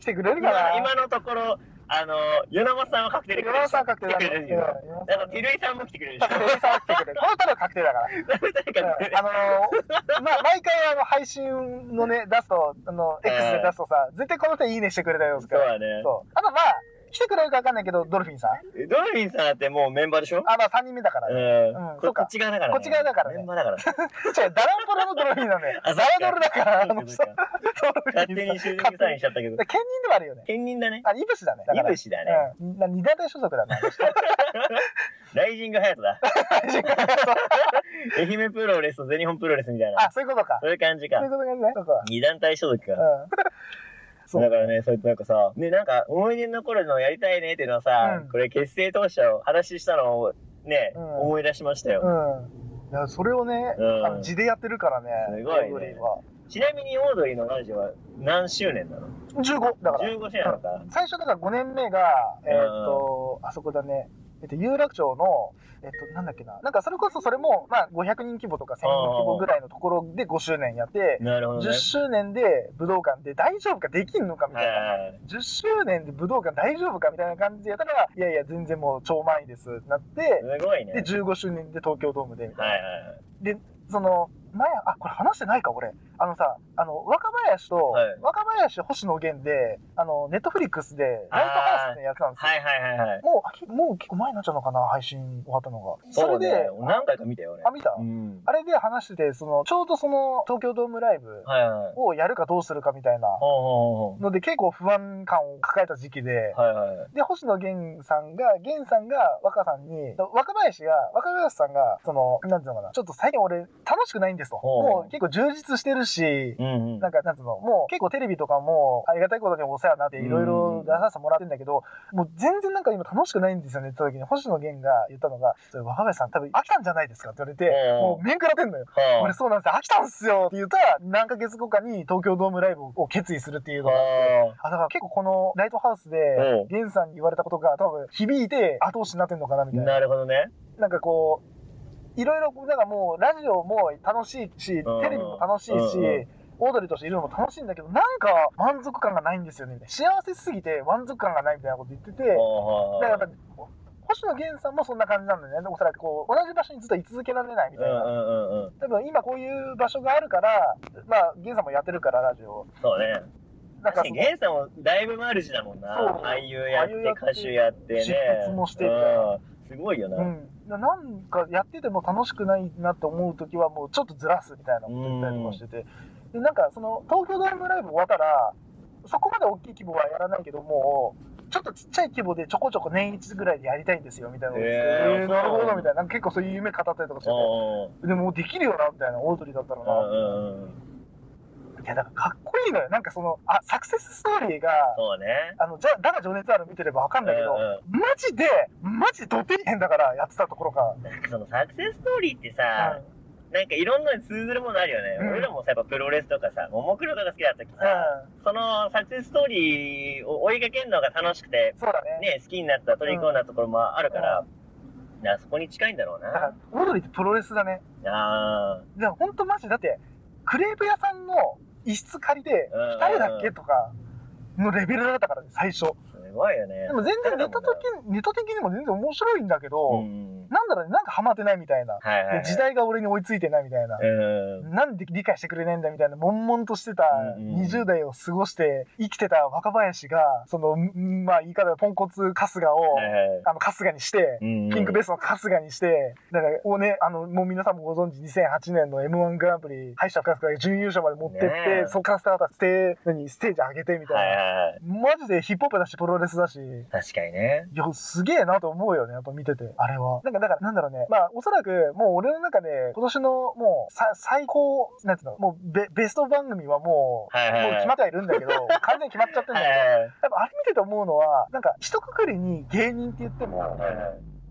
S3: 来てくれるか
S4: 今
S3: な
S4: 今のところ、あの、与那さんは確定で来て
S3: 山
S4: る
S3: 田さん確定だ
S4: 来て
S3: ね。
S4: く
S3: う
S4: れ
S3: ん
S4: るよ。あ
S3: 山田さ
S4: と、
S3: ん
S4: 照井さんも来てくれるでしょ。
S3: 確定さん来てくれる。この人は確定だから。うんあ のー、まあ、毎回あの、配信のね、出すと、あの、
S4: うん
S3: X で出すとさ、絶対この人いいねしてくれたよと
S4: そう
S3: か。
S4: だね。
S3: そう。あとまあ、来てくれるかわかんないけど、ドルフィンさん。
S4: ドルフィンさんだってもうメンバーでしょ
S3: あ、まあ3人目だから
S4: う
S3: ね。
S4: ん。
S3: うん
S4: こ
S3: そっか
S4: っち側だからね。
S3: こっち側だからね
S4: メンバーだから。
S3: 違う、ダランポロのドルフィンなんだよ。
S4: あそ
S3: ダ
S4: っか
S3: ラドルだ から、あの人。
S4: 勝手にシューティングサインしちゃった けど
S3: だ。から兼任ではあるよね。
S4: 兼任だね。
S3: あ、イブシだね。だか
S4: イ
S3: ら
S4: ブシだね。
S3: うん。な二団体所属だな。
S4: ライジングハヤトだ。 愛媛プロレスと全日本プロレスみたいな。
S3: あ、そういうことか。
S4: そういう感じ
S3: そ
S4: か
S3: ういう。ことね。そうか。
S4: 二団体所属か。
S3: うん。そう
S4: だからね、それとなんかさ、ね、なんか思い出に残るのやりたいねっていうのはさ、
S3: うん
S4: これ結成当初話したのをね、
S3: うん
S4: 思い出しましたよ。
S3: うん。いや、それをね、
S4: うん
S3: あの字でやってるからね。
S4: すごいね
S3: オードリーは
S4: ちなみにオードリーのラジオは何周年なの
S3: 15だから。
S4: ?15 周年なのか。
S3: 最初だから5年目が、えーっと、あそこだね。えっと、有楽町の、えっと、なんだっけな。なんか、それこそそれも、まあ、500人規模とか1000人規模ぐらいのところで5周年やって、
S4: なるほど
S3: 10
S4: ね。
S3: 周年で武道館で大丈夫かできんのかみた
S4: はいい
S3: な。
S4: はいはい
S3: 10周年で武道館大丈夫かみたいな感じでやったら、いやいや、全然もう超満員ですってなって、
S4: すごいね。
S3: で、15周年で東京ドームで、みた
S4: はいい
S3: な。
S4: はいはい。
S3: その、前、あ、これ話してないか、俺。あのさ、あの、若林と、
S4: はい
S3: 若林星野源で、あの、ネットフリックスで、ライトハウスってやってたんですよ。
S4: はいはいはいはい。
S3: もうあき、もう結構前になっちゃうのかな、配信終わったのが。そ
S4: そ
S3: れ
S4: うね
S3: で、。
S4: 何回か見たよ、俺。
S3: あ、見た、
S4: うん。
S3: あれで話してて、その、ちょうどその、東京ドームライブ
S4: はいはい。
S3: をやるかどうするかみたいな
S4: ほうほうほ
S3: ので、結構不安感を抱えた時期で、
S4: う。はいはい。
S3: で、星野源さんが、源さんが若さんに、若林が、若林さんが、その、なんていうのかな、ちょっと最近俺楽しくないんですと。
S4: ほうほう
S3: もう結構充実してるし、
S4: うんうん。
S3: なんか、なんつうの、もう結構テレビとかもありがたいことにお世話になっていろいろ出させてもらってんだけど、もう全然なんか今楽しくないんですよねって言った時に星野源が言ったのが、それ若林さん多分飽きたんじゃないですかって言われて、
S4: うん
S3: もう面食らってんのよ。
S4: はあ
S3: 俺そうなんですよ、飽きたんすよって言ったら、何ヶ月後かに東京ドームライブを決意するっていうのがあって、
S4: は
S3: あ、だから結構このライトハウスで
S4: うん、
S3: ゲンさんに言われたことが多分響いて後押しになってんのかなみ
S4: あ
S3: たいな。
S4: なるほどね。
S3: なんかこう、いろいろ、なんかもうラジオも楽しいし、テレビも楽しいし
S4: うんうん、
S3: オードリーとしているのも楽しいんだけど、なんか満足感がないんですよね。みたいな幸せすぎて満足感がないみたいなこと言ってて、だ
S4: は
S3: から
S4: あ
S3: や
S4: は
S3: っぱ、星野源さんもそんな感じなんだよね。おそらくこう、同じ場所にずっと居続けられないみたい
S4: あう
S3: な。
S4: んうんうんうん。
S3: 多分今こういう場所があるから、まあ、源さんもやってるから、ラジオ。
S4: そうね。
S3: なん
S4: 確か
S3: かそ
S4: に、
S3: の
S4: ゲンさんもだいぶマルチだもんな。
S3: そう
S4: 俳優やっ、
S3: 俳優やって
S4: 歌手やってね。
S3: 執筆もして
S4: う
S3: みたいなん
S4: すごいよな。
S3: う
S4: うん
S3: ん、ななんかやってても楽しくないなって思う時はもうちょっとずらすみたいなこと言ったりとかしてて、でなんかその東京ドームライブ終わったらそこまで大きい規模はやらないけどもちょっとちっちゃい規模でちょこちょこ年一ぐらいでやりたいんですよみたいなこと言ってて
S4: へー
S3: えーなるほどみたいななんか結構そういう夢語ったりとかしててでもできるよなみたいなオードリーだったら
S4: う
S3: な、
S4: んうんうん。
S3: いやだからかっこいいのよなんかそのあサクセスストーリーが
S4: そうね。
S3: あのじゃあだが情熱ある見てればわかんないけど、
S4: うん
S3: マジでマジでどてりへんだからやってたところが。
S4: うんなんかそのサクセスストーリーってさ
S3: うん、
S4: なんかいろんなのに通ずるものあるよね。
S3: うん
S4: 俺らもさ、やっぱプロレスとかさ、ももクロとか好きだった時さ、
S3: うん
S4: そのサクセスストーリーを追いかけるのが楽しくて、
S3: そうだね。
S4: ね、好きになった、取り込んだところもあるから、なそこに近いんだろう
S3: だから
S4: な。、
S3: オードリーってプロレスだね。
S4: あ
S3: でも本当マジ、だって、クレープ屋さんの一室借りて、
S4: うん
S3: 二人だっけとか、のレベルだったからね、最初。
S4: あ、すごいよね
S3: で。も全然ネタ的に、ネタ的にも全然面白いんだけ
S4: う
S3: ど、
S4: ん。
S3: なんだろうね、なんかハマってないみたいな。
S4: はいはいはい。
S3: で時代が俺に追いついてないみたいな。
S4: うん。
S3: なんで理解してくれないんだみたいな、悶々としてた
S4: うんうん
S3: 20代を過ごして生きてた若林が、その、んまあ言い方でポンコツ春日を、
S4: はいはい
S3: あの、春日にして、
S4: うん
S3: ピンクベースの春日にして、だから、をね、あの、もう皆さんもご存知、2008年の M1 グランプリ、敗者復活から準優勝まで持ってって、
S4: ねえ
S3: そこからスタートステー何ステージ上げてみたいな。
S4: はいはいはい。
S3: マジでヒップホップだし、プロレスだし、い
S4: 確かにね。
S3: や、すげえなと思うよね、やっぱ見てて、あれは。なんか、だから、なんだろうね、まあ、おそらく、もう俺の中で、今年の、もう、さ最高、なんていうの、もうベ、ベスト番組はもう、
S4: はいはいはい
S3: もう決まってはいる んだけど、完全に決まっちゃってるんだ
S4: は
S3: け
S4: いは
S3: ど、
S4: いはい。
S3: やっぱあれ見てて思うのは、なんか、一括りに芸人って言っても、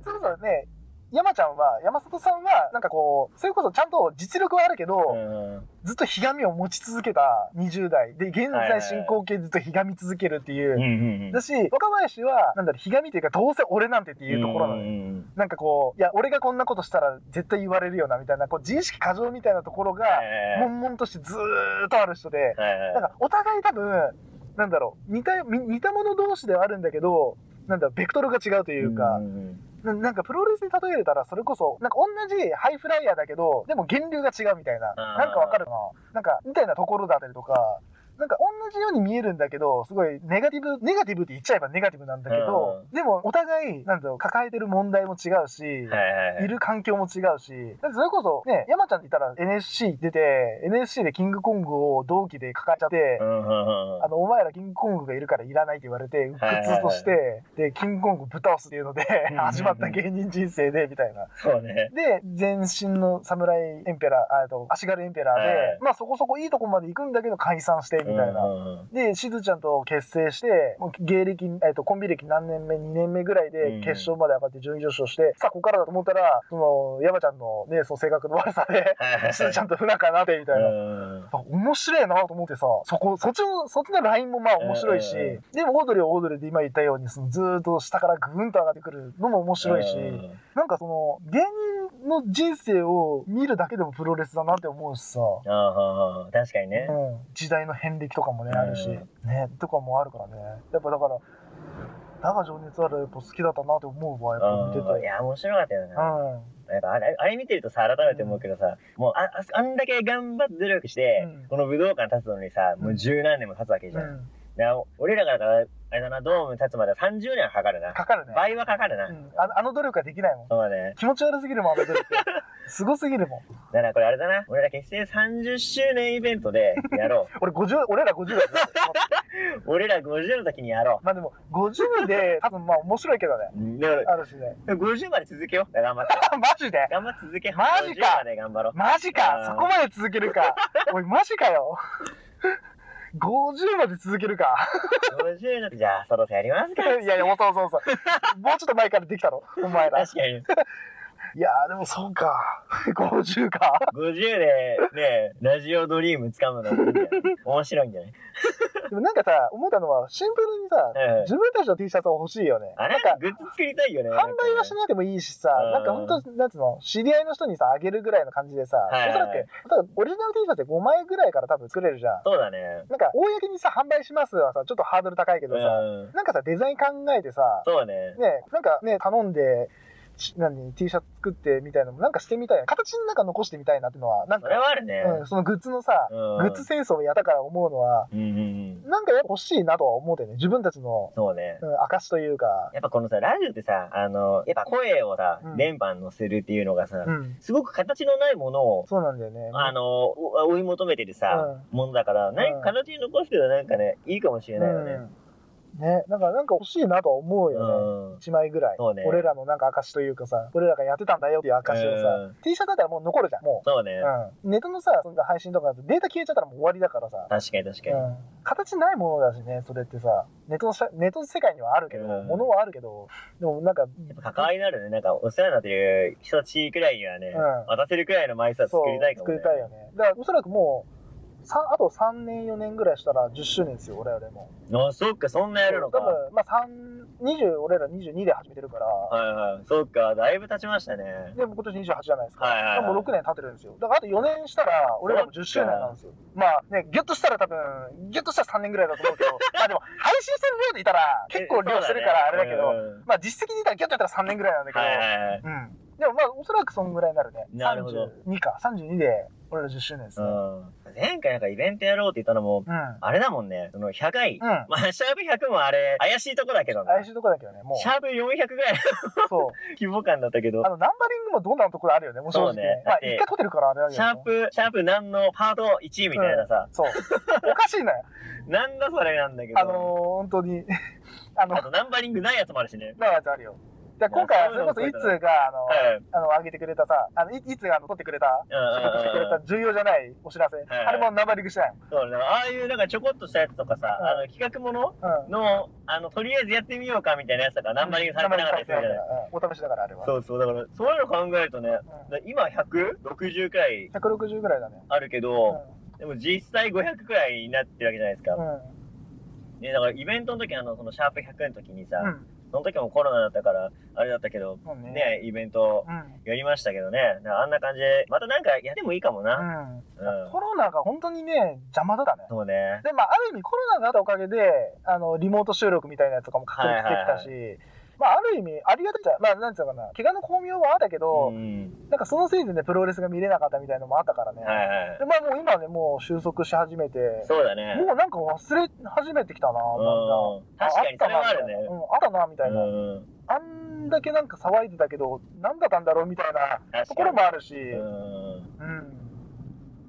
S3: それこそね、山ちゃんは、山里さんは、なんかこう、それこそちゃんと実力はあるけど、
S4: うん
S3: ずっとひがみを持ち続けた20代。で、現
S4: はいはい
S3: 在進行形でずっとひがみ続けるっていう。
S4: うんうんうん。
S3: だし、若林は、なんだろう、ひがみというか、どうせ俺なんてっていうところなのよ。
S4: うん
S3: なんかこう、いや、俺がこんなことしたら絶対言われるよな、みたいな、こう、自意識過剰みたいなところが、
S4: はい
S3: 悶々としてずーっとある人で、
S4: はいはい
S3: なんかお互い多分、なんだろう、似た、み似た者同士ではあるんだけど、なんだろう、ベクトルが違うというか、
S4: んん
S3: ななんかプロレスに例えれたらそれこそ、なんか同じハイフライヤーだけど、でも源流が違うみたいな、
S4: あー
S3: なんかわかるな。なんか、みたいなところだったりとか、なんか同じように見えるんだけど、すごいネガティブ、ネガティブって言っちゃえばネガティブなんだけど、でもお互い、なんだろう、抱えてる問題も違うし、
S4: うんはいはいはい
S3: いる環境も違うし、だってそれこそね、山ちゃんって言ったら NSC 出て、NSC でキングコングを同期で抱えちゃって
S4: う、んうんうん
S3: あの、お前らキングコングがいるからいらないって言われて、うっ
S4: はいはい
S3: くつとして、で、キングコングぶっ倒すっていうので
S4: うんうん、
S3: 始まった芸人人生で、みたいな。
S4: そうね。
S3: で、全身の侍エンペラー、あえっと、足軽エンペラー
S4: はいはい
S3: で、まあそこそこいいとこまで行くんだけど解散して、みみたいな。
S4: な。
S3: で、しずちゃんと結成して、もう芸歴、えっと、コンビ歴何年目、2年目ぐらい
S4: うん
S3: で決勝まで上がって順位上昇して、さあ、ここからだと思ったら、その、山ちゃんのね、その性格の悪さで、 しずちゃんと不仲になってみたいな。
S4: うん
S3: 面白いなと思ってさ、そこ、そっちの、そっちのラインもまあ面白いし、
S4: うんうんう
S3: でもオードリーはオードリーで今言ったように、そのずーっと下からぐーんと上がってくるのも面白いし、
S4: うん
S3: なんかその、芸人の人生を見るだけでもプロレスだなって思うしさ、
S4: ああ、確かにね。
S3: うん、時代の遍歴とかもね、あるし、ね、とかもあるからね。やっぱだから、だが情熱あるやっぱ好きだったなって思うわ、やっぱ見て
S4: うんい
S3: て。
S4: や、面白かったよ
S3: う
S4: な。
S3: ん。
S4: なんかあれ、あれ見てるとさ、改めて思うけどさ、もうあ、ああんだけ頑張って努力して
S3: うん、
S4: この武道館立つのにさ、もう十何年も経つわけじゃん。で俺らがだから、あれだな、ドーム立つまで30年はかかるな
S3: うん。。かかるね。
S4: 倍はかかるな。
S3: うん、あのあの努力はできないもん。
S4: そうだね。
S3: 気持ち悪すぎるもん、あの努力。 すごすぎるもん。
S4: だからこれあれだな。俺ら結成30周年イベントでやろ
S3: 俺50、俺ら50だよ。
S4: う。俺ら50の時にやろ
S3: まあでも、50で、多分まあ面白いけどね。
S4: う。だか
S3: あるしね。
S4: ら50まで続けよう。頑張って。
S3: マジで
S4: 頑張って続け。
S3: マジか
S4: 50まで頑張ろう。
S3: マジ
S4: あ
S3: か
S4: ー
S3: そこまで続ける か。おい、マジかよ。50まで続け るか。
S4: 50の時、じゃあそろそろやりますか。
S3: いやいや、そうそうそう。もうちょっと前からできたのお 前ら。
S4: 確かに。
S3: いやーでもそうか。50か。
S4: 50でね、ラジオドリーム掴むのもいいんじゃない面白いんじゃない
S3: でもなんかさ、思ったのはシンプルにさ、
S4: うん
S3: 自分たちの T シャツは欲しいよね。
S4: あ
S3: な
S4: れ
S3: んか、
S4: グッズ作りたいよね。
S3: 販売はしなくてもいいしさ、
S4: うん
S3: なんかほんと、なんつうの、知り合いの人にさ、あげるぐらいの感じでさ、
S4: はい
S3: おそらく、ただオリジナル T シャツって5枚ぐらいから多分作れるじゃん。
S4: そうだね。
S3: なんか、公にさ、販売しますはさ、ちょっとハードル高いけど
S4: う
S3: さ、
S4: ん。
S3: なんかさ、デザイン考えてさ、
S4: そうね。
S3: ね、なんかね、頼んで、ち何 T シャツ作ってみたいなのもなんかしてみたいな形になんか残してみたいなっていうのはなん
S4: そ
S3: か
S4: れ、はあるね。
S3: うん、そのグッズのさ、
S4: うん
S3: グッズ戦争をやったから思うのは、
S4: うんうんうん。
S3: なんかやっぱ欲しいなとは思うてね、自分たちの、
S4: そうね
S3: う。ん、証というか、
S4: やっぱこのさ、ラジオってさ、あの、やっぱ声をさ
S3: う、ん
S4: 電波に乗せるっていうのがさ
S3: う、ん、
S4: すごく形のないものを、
S3: そうなんだよね。
S4: あの、お追い求めてるさ、ものだから、
S3: う
S4: 何
S3: ん
S4: か形に残すけどなんかね、いいかもしれないよね。
S3: うん、ね、なんか、なんか欲しいなとは思う
S4: う
S3: よね。
S4: ん。
S3: 一枚ぐらい、
S4: そうね
S3: 俺らのなんか証というかさ、俺らがやってたんだよっていう証をさ、
S4: うん
S3: T シャツだったらもう残るじゃん、も
S4: そうね
S3: う。。うん、ネットのさ、そんな配信とかだとデータ消えちゃったらもう終わりだからさ、
S4: 確かに確かに。
S3: うん、形ないものだしね、それってさ、ネットのしゃネットの世界にはあるけど、
S4: うん
S3: ものはあるけど、でもなんか、
S4: 関わりのあるね、なんかお世話になってる人たちくらいにはね、
S3: うん
S4: 渡せるくらいの枚数は
S3: そう
S4: 作りたいかも、
S3: 作
S4: ね。
S3: りたいよね。だから、おそらくもう、さあと3年、4年ぐらいしたら10周年ですよ、我々も。
S4: あ、そっか、そんなやるのか。
S3: 多分、まあ、3、20、俺ら22で始めてるから、
S4: はいはい。そっか、だいぶ経ちましたね。
S3: でも今年28じゃないですか。
S4: はいはいはい
S3: もう6年経ってるんですよ。だからあと4年したら、俺らも10周年なんですよ。まあね、ギュッとしたら多分、ギュッとしたら3年ぐらいだと思う けど、まあでも、配信してる量でいたら、結構量してるからあれだけど、
S4: うん
S3: まあ実績でいたらギュッとやったら3年ぐらいなんだけど、
S4: はいはいはい。
S3: うん。でもまあ、おそらくそんぐらいになるね。
S4: なるほど
S3: 32か。32で、俺ら10周年です
S4: う
S3: ね。
S4: ん。前回なんかイベントやろうって言ったのも、
S3: うん。うん。
S4: あれだもんね、その100回。まあ、シャープ100もあれ、怪しいとこだけどね。
S3: 怪しいとこだけどね、も
S4: シャープ400ぐらいの
S3: う。そう。
S4: 規模感だったけど
S3: あ、の、ナンバリングもどんなところあるよね、もう正
S4: そう
S3: 直ね。
S4: ね
S3: ま
S4: だ
S3: あ
S4: っ、て
S3: 一回撮ってるからあれだけ
S4: シ
S3: どね。
S4: ャープ、シャープ何のパート1みたいなさ、
S3: そう。おかしいなよ。
S4: なんだそれなんだけど、
S3: あのー、本当に。 あの
S4: あ、とナンバリングないやつもあるし ね。
S3: なやつあるよ。だから今回はそれこそ、いつが、あの、
S4: はい。
S3: あの、上げてくれたさ、あの、いいつが、あの、撮ってくれた、収録してくれた重要じゃないお知らせ。
S4: はい
S3: あれもナンバリングしてないもん。
S4: そうね、ああいうなんかちょこっとしたやつとかさ、
S3: うん
S4: あの企画もの
S3: うん。
S4: の、あの、とりあえずやってみようかみたいなやつとか、ナンバリングされてなかったりするじゃない
S3: うんお試しだから、あれは。
S4: そうそう、だから、そういうの考えるとね、だから今160くらい
S3: うん160ぐらいだね。
S4: あるけ
S3: う
S4: ど、
S3: ん
S4: でも実際500くらいになってるわけじゃないですか。
S3: うん。
S4: ね、だからイベントの時、あの、そのシャープ100の時にさ、
S3: うん。
S4: その時もコロナだったから、あれだったけど、
S3: そうね。
S4: ね、イベント
S3: うん。
S4: やりましたけどね、だからあんな感じで、またなんかやってもいいかもな。
S3: うん。
S4: うん。
S3: コロナが本当にね、邪魔だったね。
S4: そうね。
S3: で、まあ、ある意味コロナがあったおかげで、あの、リモート収録みたいなやつとかも確立できたし、まあ、ある意味、ありがたいじゃんまあ、なんつうのかな、怪我の巧妙はあったけど、
S4: うん。
S3: なんかそのせいでね、プロレスが見れなかったみたいなのもあったからね。
S4: はいはい
S3: で、。まあ、もう今ね、もう収束し始めて、
S4: そうだね。
S3: もうなんか忘れ始めてきたな、だんだん。
S4: うん確かにそれはあるね。
S3: あったなみたいなうん、あった
S4: う
S3: なみたいな、
S4: ん
S3: あんだけなんか騒いでたけど何だったんだろうみたいなところもあるし、
S4: うん
S3: うん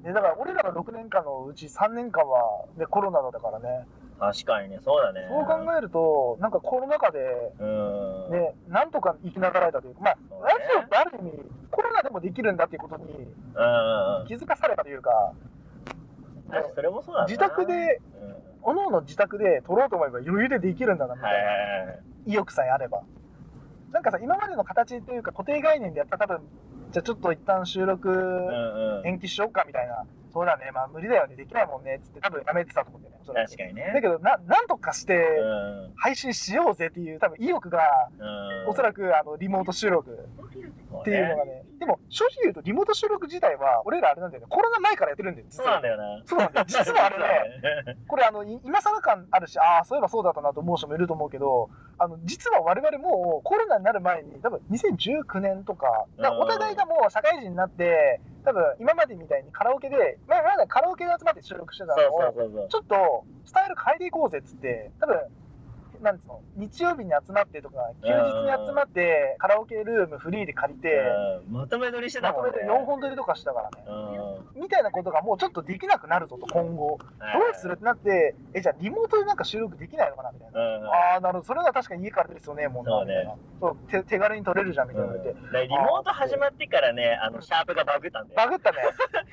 S3: ね、だから俺らが6年間のうち3年間は、ね、コロナだったからね、
S4: 確かにね、そうだね。
S3: そう考えると、なんかコロナ禍で、
S4: うん。
S3: ね、なんとか生きながらえたというか、まあ、
S4: そうね
S3: ラジオってある意味、コロナでもできるんだっていうことに
S4: うん。
S3: 気づかされたというか、
S4: 確かにそれもそうだな。
S3: 自宅で、
S4: うん、はい
S3: おのおの自宅で撮ろうと思えば余裕でできるんだな、みた
S4: はいい
S3: な。
S4: はい。
S3: 意欲さえあれば。なんかさ、今までの形というか固定概念でやったら多分、じゃあちょっと一旦収録
S4: うんうん。
S3: 延期しようかみたいな。そうだね、まあ無理だよね、できないもんね、つって多分やめてたと思うんだよね。おそらく
S4: 確かにね。
S3: だけど、な、なんとかして
S4: うんうん
S3: 配信しようぜっていう多分意欲が、
S4: うん。
S3: おそらくあの、リモート収録
S4: く
S3: っていうのがね。でも、正直言うとリモート収録自体は、俺らあれなんだよね、コロナ前からやってるんだよ、
S4: そ
S3: 実
S4: うなん
S3: は。
S4: だよな。
S3: そうなんだよ。実はあれね、これあの、い今更感あるし、ああ、そういえばそうだったなと思う人もいると思うけど、あの、実は我々もうコロナになる前に、多分2019年とか、だからお互いがもう社会人になって、多分今までみたいにカラオケで、まあ、まだカラオケで集まって収録して た
S4: そう
S3: の
S4: そう
S3: を、
S4: そうそう。
S3: ちょっとスタイル変えていこうぜっつって、多分、なんつうの、日曜日に集まってとか、休日に集まって、カラオケルームフリーで借りて、
S4: うんまとめ撮りしてた
S3: ま
S4: も
S3: と
S4: ん
S3: め
S4: ね。
S3: て4本撮りとかしたからね。
S4: うん。
S3: みたいなことがもうちょっとできなくなるぞと、今後。どうするってなって、え、じゃあリモートでなんか収録できないのかなみたいな。
S4: うんうん。
S3: ああ、なるほど。それは確かに家から出る必要ねえもんな、
S4: そう
S3: み
S4: ね
S3: たいな。そう、手手軽に撮れるじゃん、みたいなので。
S4: だからリモート始まってからね、あの、シャープがバグったんだよ。
S3: バグったね。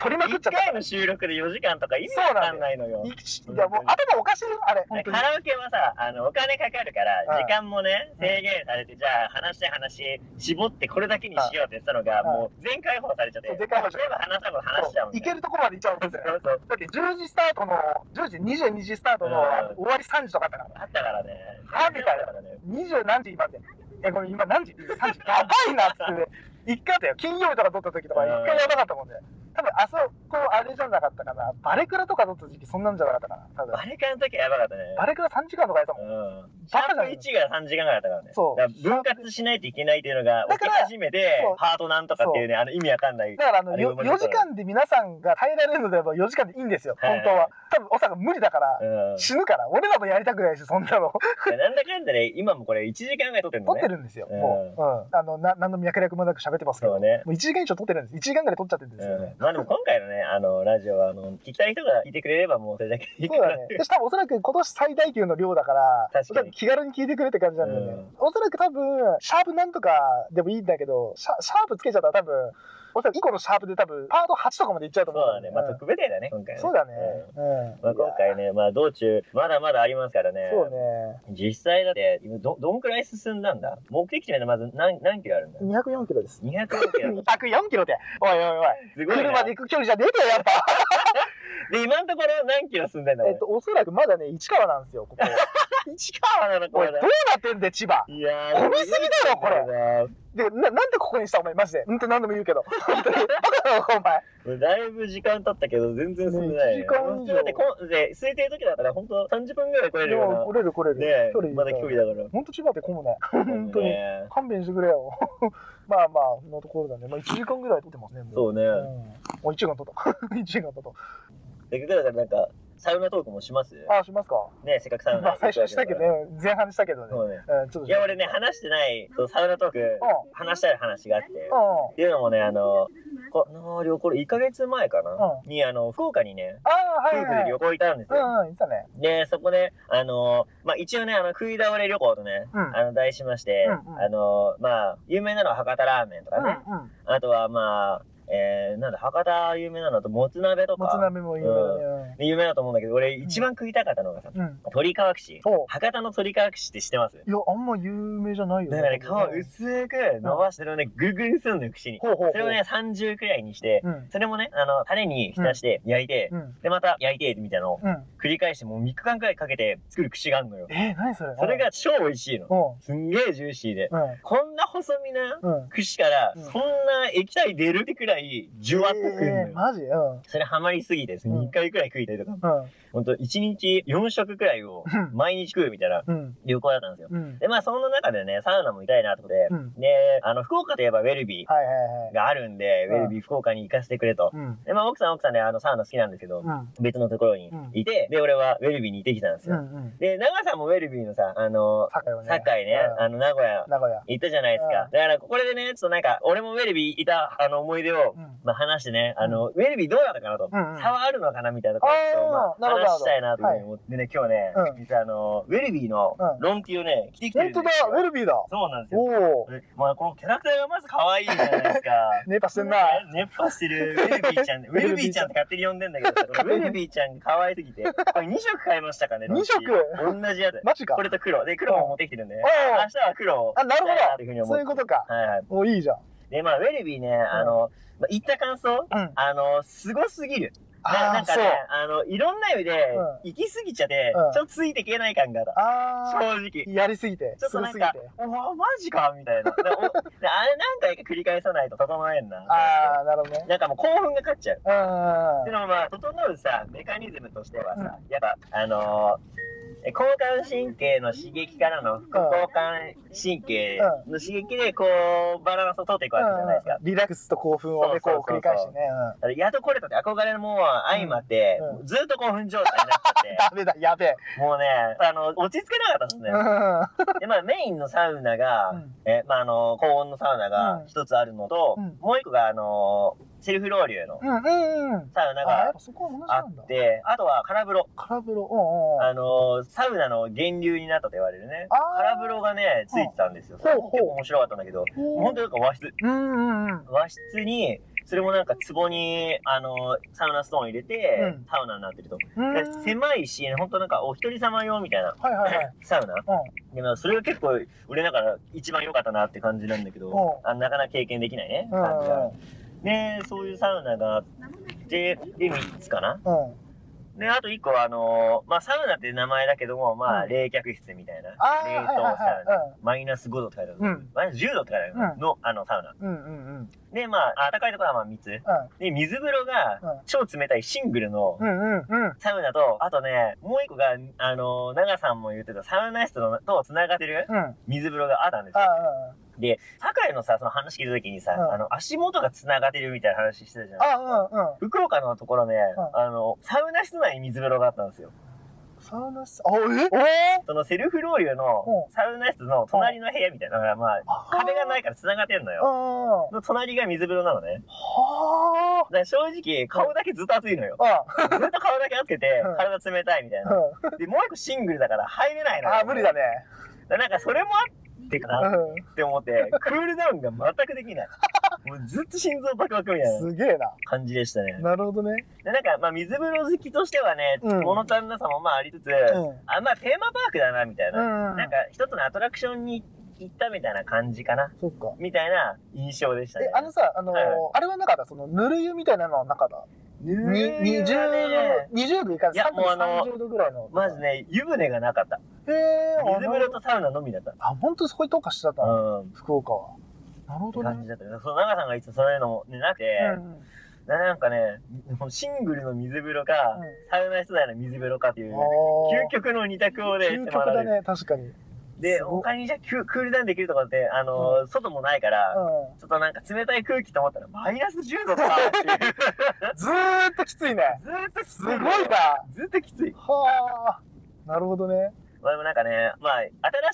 S3: 撮りまくっ
S4: 一
S3: ちゃった。
S4: 回の収録で4時間とか意味わかんないのよ。
S3: いや、もう頭おかしいよ、あれ。本当に
S4: カ。ラオケはさ、あの、お金かかるから、
S3: はい
S4: 時間もね、制限されて、じゃあ話して話、絞ってこれだけにしようって言ってたのが、
S3: はい
S4: もう全開放されちゃって、
S3: そう
S4: 全
S3: 全
S4: 部
S3: 開
S4: 話し
S3: 放さ
S4: た
S3: れ
S4: 分話しちゃうもん
S3: い
S4: ね。
S3: けるとこまで行っちゃうんですよね。
S4: そうそう。
S3: だって10時スタートの、10時、22時スタートの
S4: うん
S3: 終わり3時とかあったから。
S4: あったからね。
S3: あみたいな
S4: からね。
S3: 20何時今って。え、これ今何時 ?3 時。やばいなっつってね。一回あったよ。金曜日とか撮った時とか、一回やばかったもんね。多分、あそこ、あれじゃなかったかな。バレクラとか撮った時期、そんなんじゃなかったかな。多分
S4: バ。レカンの時はやばかったね。
S3: バレクラ3時間とかやったもん。
S4: うん。シ
S3: バ
S4: ャ
S3: カじゃ
S4: ー
S3: な
S4: プ
S3: い
S4: 1が3時間ぐらいだったからね。
S3: そう
S4: だから分割しないといけないっていうのが、
S3: だ
S4: 起
S3: か
S4: き
S3: ら
S4: 始めて
S3: そう、
S4: ハートなんとかっていうね、あの意味わかんない。
S3: だからあの
S4: あれ
S3: よ
S4: が生まれ
S3: 4
S4: た
S3: 時
S4: から
S3: 間で皆さんが耐えられるのであれば4時間でいいんですよ、
S4: はい
S3: 本当は。多分、おさが無理だから、
S4: うん。
S3: 死ぬから、俺らもやりたくないし、そんなの。
S4: なんだかんだで、今もこれ1時間ぐらい撮ってる
S3: 撮
S4: の
S3: っ
S4: ね。
S3: てるんですよ、
S4: うん
S3: もう。うん。あの、な何の脈略もなく喋ってますけ
S4: そ
S3: ど。
S4: うね。
S3: もう1時間以上撮ってるんです。1時間ぐらい撮っちゃってるんですよね。
S4: うんまあでも今回のね、あの、ラジオは、あの、聞きたい人が聞いてくれればもうそれだけいい
S3: そうだね。私多分おそらく今年最大級の量だから、
S4: 確かに
S3: おそらく気軽に聞いてくれって感じなんだよね。
S4: うん
S3: おそらく多分、シャープなんとかでもいいんだけど、シャシャープつけちゃったら多分、おそらく1個のシャープで多分、パート8とかまでいっちゃうと
S4: そう
S3: 思うん
S4: だね。まあ
S3: うん
S4: 特別だね、今回は
S3: そうだね。
S4: うんまあ今回ね、まあ道中、まだまだありますからね。
S3: そうね。
S4: 実際だって、今ど、どんくらい進んだんだ目的地までまず何、何キロあるんだ
S3: 204キロです。
S4: ?200 キロ。
S3: 204キロで。おいおいおい。
S4: すごいな。
S3: 車で行く距離じゃねえだよ、やっぱ。
S4: で、今のところ何キロ進んでんだ
S3: えっと、おそらくまだね、市川なんですよ、ここ。
S4: 市川なの、こ
S3: おい、
S4: れ
S3: どう。なってんだよ、千葉。
S4: いや
S3: 混みすぎだろこれ
S4: れ。
S3: で、な、なんでここにした、お前、マジで。うんと何度も言う けど。本当に。バカだろ、お前。
S4: だいぶ時間経ったけど、全然進んでない、ね。
S3: ね一時間以上
S4: だってこん、で、空いてる時だから、本当30分ぐらい来れる
S3: で
S4: よ
S3: も、来れる来れ
S4: う
S3: る。
S4: な。ね
S3: 取りに行
S4: ま
S3: った
S4: だ距離だから。
S3: 本当千葉って混 むね。 本当に
S4: ね
S3: 勘弁してくれよ。 まあまあ、のところだね。まあ、1時間ぐらい撮ってますね、もう。
S4: そうね。
S3: うん。もう1時間撮った。1時 間撮っ
S4: せっかくだから、なんか、サウナトークもします
S3: た。あ、しますか。
S4: ね、せっかくサウナ。
S3: まあ、最初にしたけどね。。前半にしたけどね。
S4: そうね。
S3: うん、ちょっと。
S4: いや、俺ね、話してない、そうサウナトーク、
S3: う
S4: 話したい話があって。
S3: ん。うん。
S4: っていうのもね、あの、この旅行、1ヶ月前かな、
S3: う
S4: に、あの、福岡にね、
S3: ああ、は
S4: 夫
S3: い、
S4: 婦で
S3: はい。
S4: 旅行行ったんです
S3: う
S4: よ。
S3: ん、うん、言ってたね。
S4: で、そこで、あのまあ、一応ね、あの、食い倒れ旅行とね、
S3: うん
S4: あの、題しまして、
S3: うんうん
S4: あのまあ、有名なのは博多ラーメンとかね、
S3: うん、うん。
S4: あとは、まあ、えー、なんだ、博多有名なのだと、もつ鍋と
S3: もつ
S4: か、
S3: 鍋も有名だね。
S4: 有名だと思うんだけど、俺、一番食いたかったのがさ、
S3: うん。うん
S4: 鳥川串。
S3: お
S4: 博多の鳥川串って知ってます
S3: いや、あんま有名じゃないよ
S4: だ
S3: ね。
S4: からね、皮を薄く伸ばしてるのね、ぐぐんすんのよ、串に。
S3: ほうほうほう。
S4: それをね、30くらいにして、
S3: うん。
S4: それもね、あの、タレに浸して焼いて、
S3: うん。
S4: で、また焼いて、みたいなのを
S3: うん。
S4: 繰り返して、もう3日間くらいかけて作る串があるのよ。
S3: えー、何それ
S4: それが超美味しいの。
S3: うん。
S4: すんげえジューシーで。
S3: うん。
S4: こんな細身な
S3: うん。
S4: 串から、
S3: うん
S4: そんな液体出るってくらい、ジュワッとくるの
S3: えー
S4: よ。
S3: マジうん。うん。
S4: それハマりすぎて、
S3: ん
S4: 2回くらい食いたりとか、
S3: うん
S4: ほんと1日4食くらいを
S3: うん
S4: 毎日食うみたいな
S3: うん。
S4: 旅行だったんですよ。
S3: うん。
S4: で、まあその中でね、サウナもいたいなってことで
S3: う、ん。
S4: で、あの、福岡といえばウェルビー。
S3: はいはいはい。
S4: があるんで、
S3: うん
S4: ウェルビー福岡に行かせてくれと。
S3: うん。
S4: で、まあ奥さんは奥さんであのサウナ好きなんですけど、
S3: うん。
S4: 別のところに
S3: うん
S4: いて、で、俺はウェルビーに行ってきたんです
S3: う
S4: よ。
S3: ん。うん。
S4: で、長さんもウェルビーのさ、あの、
S3: 堺はね。
S4: 堺ね、
S3: うん
S4: あの名古屋
S3: 名古屋。
S4: 行ったじゃないですか。
S3: うん
S4: だからこれでね、ちょっとなんか、俺もウェルビーいたあの思い出をを
S3: う、ん。
S4: まあ、話してね、あの、ウェルビーどうだったかなと、
S3: うんうん
S4: 差はあるのかなみたいなところを、
S3: あー
S4: まあ
S3: なるほど
S4: 話したいなというふうに思ってね、今日ね、
S3: うん
S4: 実はあの、ウェルビーの
S3: うん
S4: 論記をね、着てきてる
S3: 本
S4: んで
S3: 当
S4: す
S3: だ、
S4: よ。
S3: ウェルビーだ。
S4: そうなんですよ。
S3: おお。
S4: まあ、このキャラクターがまず可愛いじゃない ですか。
S3: ネパしてんな。
S4: 熱波してるウェルビーちゃん、 ウェルビーちゃんって勝手に呼んでんだけど、ウェルビーちゃん可愛すぎて、これ2色買いましたかね、
S3: 二色
S4: ロンキー同じやつ。
S3: マジか
S4: こ。れと黒。で、黒も持ってきてるんで、ね、
S3: お
S4: 明
S3: う
S4: 日は黒を。
S3: あ、なるほ
S4: というふうに
S3: ど。
S4: 思
S3: そう
S4: っ
S3: い
S4: て
S3: う。ことか。
S4: はいはい。
S3: もういいじゃん。
S4: で、まあ、ウェルビーね、あの、まあ、言った感想
S3: うん。
S4: あの、すごすぎる。な
S3: あ
S4: な
S3: あ、
S4: んか
S3: そ
S4: ね
S3: う。、
S4: あの、いろんな意味で
S3: うん、
S4: 行き過ぎちゃって、
S3: うん
S4: ちょっとついていけない感があった。
S3: あ
S4: 正直
S3: あ。。やりすぎて。
S4: ちょっと
S3: すご
S4: なん
S3: すぎて
S4: か。、お前マジかみたいな。でお であれ何回か繰り返さないと整えんな。
S3: ああ、なるほどね。
S4: なんかもう興奮が勝っちゃう。
S3: うん
S4: でもまあ、整うさ、メカニズムとしてはさ、やっぱ、あのー、え交感神経の刺激からの副交感神経の刺激でこうバランスを取っていくわけじゃないですか
S3: うん。リラックスと興奮をね、
S4: そう
S3: こ
S4: そうそう
S3: う繰り返してね。うん
S4: だからやっと来れたって憧れのもんは相まって、
S3: うんう
S4: ずっと興奮状態になっちゃって。
S3: ダメだ、やべえ。
S4: もうね、あの、落ち着けなかったですね
S3: う。ん
S4: で、まあ、メインのサウナが、
S3: うん
S4: え、まあ、あの、高温のサウナが
S3: うん
S4: 一つあるのと、
S3: うん
S4: もう一個が、あの、セルフロウリュの
S3: うんうんうん。
S4: サウナ
S3: あ、やっ
S4: が
S3: ぱそこは同じ
S4: あ
S3: なんだ
S4: っ。て、あとは、空風呂。
S3: 空風呂。うんうん。
S4: あの、サウナの源流になったと言われるね。
S3: あー
S4: 空風呂がね、ついてたんですよ。それも結構面白かったんだけど、
S3: ほ
S4: 本当なんか和室。
S3: うんうんうん。
S4: 和室に、それもなんか壺に、あの、サウナストーン入れて、
S3: うん
S4: サウナになってると。
S3: うん
S4: で狭いし、本当なんかお一人様用みたいな
S3: はいはいはい。
S4: サウナ。でもそれが結構、俺だから一番良かったなって感じなんだけど、
S3: う
S4: あなかなか経験できないね。
S3: うん
S4: 感じがねそういうサウナがあって、で、3つかな。
S3: うん。うん。
S4: で、あと1個は、あのーまあ、サウナって名前だけども、まあ、
S3: うん
S4: 冷却室みたいな。
S3: ああ、
S4: 冷
S3: はい
S4: 凍
S3: はい
S4: サウナ。
S3: は
S4: マイナス5度とかある
S3: い。うん。うん。
S4: マイナス10度とかある
S3: うん
S4: の、あの、サウナ。
S3: うんうんうん。
S4: で、まあ、暖かいところはまあ3つ。で、水風呂
S3: うん
S4: が、超冷たいシングルの、
S3: うんうんうん。
S4: サウナと、あとね、もう一個が、あのー、長さんも言ってたサウナ室のと繋がってる
S3: うん。あ
S4: 水風呂があったんですよ。
S3: あ、
S4: で、酒井のさ、その話聞いた時にさ、
S3: うん
S4: あの、足元が繋がってるみたいな話してたじゃん。
S3: ああ、うんうん。
S4: 福岡のところね、
S3: うん
S4: あの、サウナ室内に水風呂があったんですよ。
S3: サウナ室、あ、えお
S4: そのセルフロウリュの
S3: う
S4: サウナ室の隣の部屋みたいな、だからまあ、
S3: え。
S4: 壁がないいから繋がってんの
S3: うん
S4: よ。
S3: うんうん。
S4: の隣が水風呂なのね。
S3: は
S4: だから正直、顔だけずっと熱いのよ。
S3: あ。あ
S4: ずっと顔だけ熱くて
S3: うん、
S4: 体冷たいみたいな。
S3: う
S4: で、もう一個シングルだから入れない
S3: ん。
S4: の
S3: ああ、無理だ
S4: ね。
S3: ね。
S4: だからなんかそれもあってか
S3: う
S4: なって思って、クールダウンが全くでき
S3: 。
S4: ない。もうずっと心臓バクバクみたいなん
S3: すげえな。
S4: 感じでしたね。
S3: なるほどね。
S4: でなんか、まあ、水風呂好きとしてはね、
S3: うん
S4: 物足りなさもまあありつつ、
S3: うん。
S4: あ、まあ、テーマパークだな、みたいな。
S3: うん。
S4: なんか、一つのアトラクションに行ったみたいな感じかな、
S3: そっか。
S4: みたいな印象でしたね
S3: え、。あのさ、あのー
S4: はい
S3: あれはなかった、その、ぬる湯みたいなのはなかった。
S4: ぬ
S3: に
S4: る
S3: 20
S4: いわね
S3: 度、20度いか
S4: い
S3: ず、
S4: や
S3: 3
S4: もうあの
S3: 30度ぐらいの。
S4: まずね、湯船がなかった。
S3: へえ、あ
S4: 水風呂とサウナのみだった。
S3: あ、本当にそこに特化してたんだ
S4: うん。っ
S3: 福岡は。なるほ
S4: て
S3: ど
S4: 感
S3: ね
S4: じ。だったけど、その長さんがいつもそういうのも、ね、なくて、
S3: うん
S4: ななんかね、シングルの水風呂か、
S3: うん
S4: サウナ室内の水風呂かっていう、
S3: あー
S4: 究極の二択をね、
S3: 究
S4: 迫
S3: 極
S4: られ
S3: だ
S4: る。
S3: ね、確かに。
S4: で、
S3: すごい
S4: 他にじゃあクークールダウンできるところって、あのー外もないから、
S3: う
S4: ちょっとなんか冷たい空気と思ったら、マイナス10度とかっていう。
S3: ん。ずーっときついね。
S4: ずーっときつ
S3: すごいな。
S4: ずーっときつい。
S3: はあ。なるほどね。
S4: まあでもなんかね、まあ、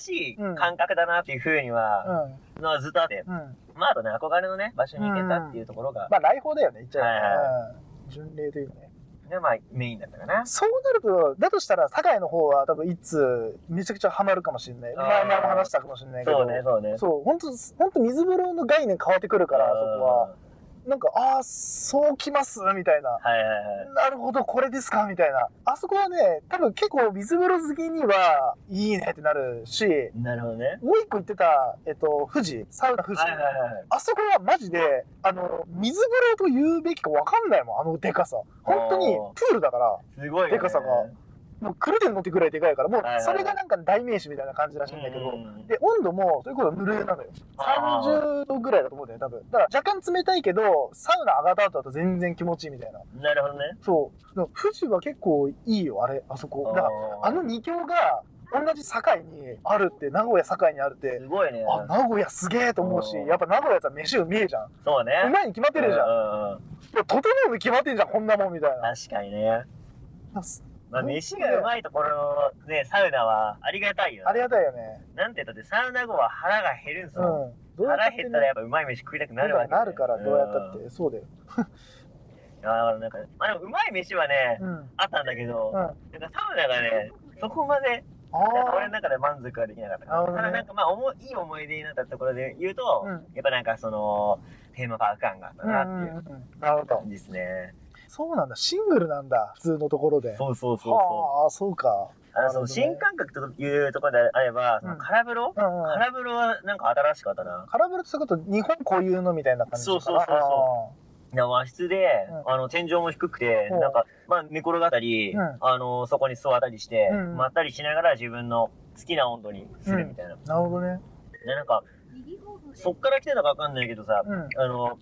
S4: 新しい感覚だなっていうふうには、
S3: う
S4: のはずっとあって、
S3: ん。うん。
S4: まああとね、憧れのね、場所に行けたっていうところが、
S3: まあ、来訪だよね、言っちゃえば
S4: はい
S3: うん巡礼というかね。
S4: ねまあメインだったかな。
S3: そうなると、だとしたら、堺の方は多分、いつ、めちゃくちゃハマるかもしれない。
S4: あー
S3: 前々も話したかもしれないけど。
S4: そうね、そうね。
S3: そう、本当本当水風呂の概念変わってくるから、そこは。
S4: あ
S3: なんか、ああ、そうきますみたいな。
S4: ー。はいはいはい。
S3: なるほど、これですかみたいな。あそこはね、多分結構水風呂好きには、いいねってなるし、
S4: なるほどね。
S3: もう一個言ってた、えっと、富士、サウナ富士。
S4: はいはいはいはい。
S3: あそこはマジで、あの、水風呂と言うべきかわかんないもん、あのでかさ。本当に
S4: あー、
S3: プールだから、
S4: すごいよ、ね。
S3: でかさがもう来るで乗ってくらいでかいから、もう
S4: はいはい
S3: それがなんか代名詞みたいな感じらしいんだけ
S4: う
S3: ど、
S4: ん
S3: で、温度も、それこそぬるいなのよ。
S4: あー
S3: 30度ぐらいだと思うんだよね、多分。だから若干冷たいけど、サウナ上がった後だと全然気持ちいいみたいな。
S4: なるほどね。
S3: そう。だから富士は結構いいよ、あれ、あそこ。だから、あの
S4: ー
S3: 二強が、同じ堺にあるって、名古屋堺にあるって、
S4: すごいね。
S3: あ、名古屋すげえと思うし、
S4: うん
S3: やっぱ名古屋さ、飯うめえじゃん。
S4: そうね。
S3: うまいに決まってるじゃん。
S4: うんうんうん
S3: いや、整うに決まってんじゃん、こんなもんみたいな。
S4: 確かにね。まあ、
S3: 本当だよ
S4: 飯がうまいところのね、サウナはありがたいよ、ね。
S3: ありがたいよね。
S4: なんて言ったって、サウナ後は腹が減るんす
S3: う
S4: よ。
S3: ん。どうやった
S4: 腹
S3: って、ね
S4: 減ったらやっぱうまい飯食いたくなるわけ、ね、
S3: なるから、どうやったって。そうだよ。
S4: うん。あーなんか、まあでもうまい飯はね、
S3: うん。
S4: あったんだけど、
S3: うん。あ
S4: なんかサウナがね、そこまで、なんか俺の
S3: あ
S4: 中で満足はできなかったから。
S3: なるほどね
S4: ただなんかまあおも、いい思い出になったところで言うと、
S3: うん
S4: やっぱなんかその、テーマパーク感があったな
S3: ー。
S4: って
S3: うん
S4: いううん
S3: うん。なるほど
S4: 感。じですね。
S3: そうなんだ。シングルなんだ。普通のところで。
S4: そうそうそうそう。
S3: はあ、そうか。
S4: あ
S3: な
S4: の
S3: る
S4: そ
S3: ほど
S4: の新
S3: ね
S4: 感覚というところであれば、その空風呂、
S3: うんうん。
S4: 空風呂はなんか新しかったな。
S3: カラブルってこと、日本固有のみたいな感じかな。
S4: そうそうそうそうな和室で、
S3: う
S4: あの天井も低くて、
S3: うん
S4: なんか、まあ、寝転がったり、
S3: うん
S4: あのそこに座ったりして、
S3: うん
S4: まったりしながら自分の好きな温度にするみたいな、
S3: あーなるほどね。
S4: でなんかそっから来てたかわかんないけどさ、
S3: うん。
S4: あの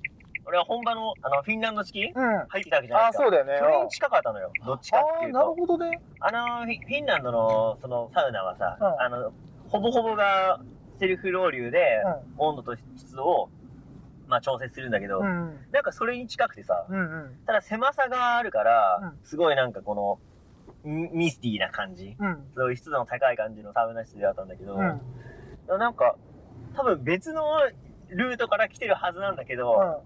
S4: 俺は本場のあのフィンランド式
S3: うん。
S4: 入ってたわけじゃな
S3: あ
S4: い
S3: あ、
S4: ですか
S3: そうだよね。
S4: それに近かったのよどっちかって
S3: ああ
S4: い
S3: ー、
S4: う
S3: なる
S4: と
S3: ほどね。
S4: あのフィフィンランドのそのサウナはさ、
S3: うん
S4: あのほぼほぼがセルフロウリュで温度と湿度を、まあ、調節するんだけど、
S3: うん。うん。
S4: なんかそれに近くてさ、
S3: うんうん。
S4: ただ狭さがあるから、
S3: うん
S4: すごいなんかこの、ミミスティーな感じ。
S3: うん。
S4: そういう湿度の高い感じのサウナ室であったんだけど、
S3: うん。
S4: なんか、多分別のルートから来てるはずなんだけど、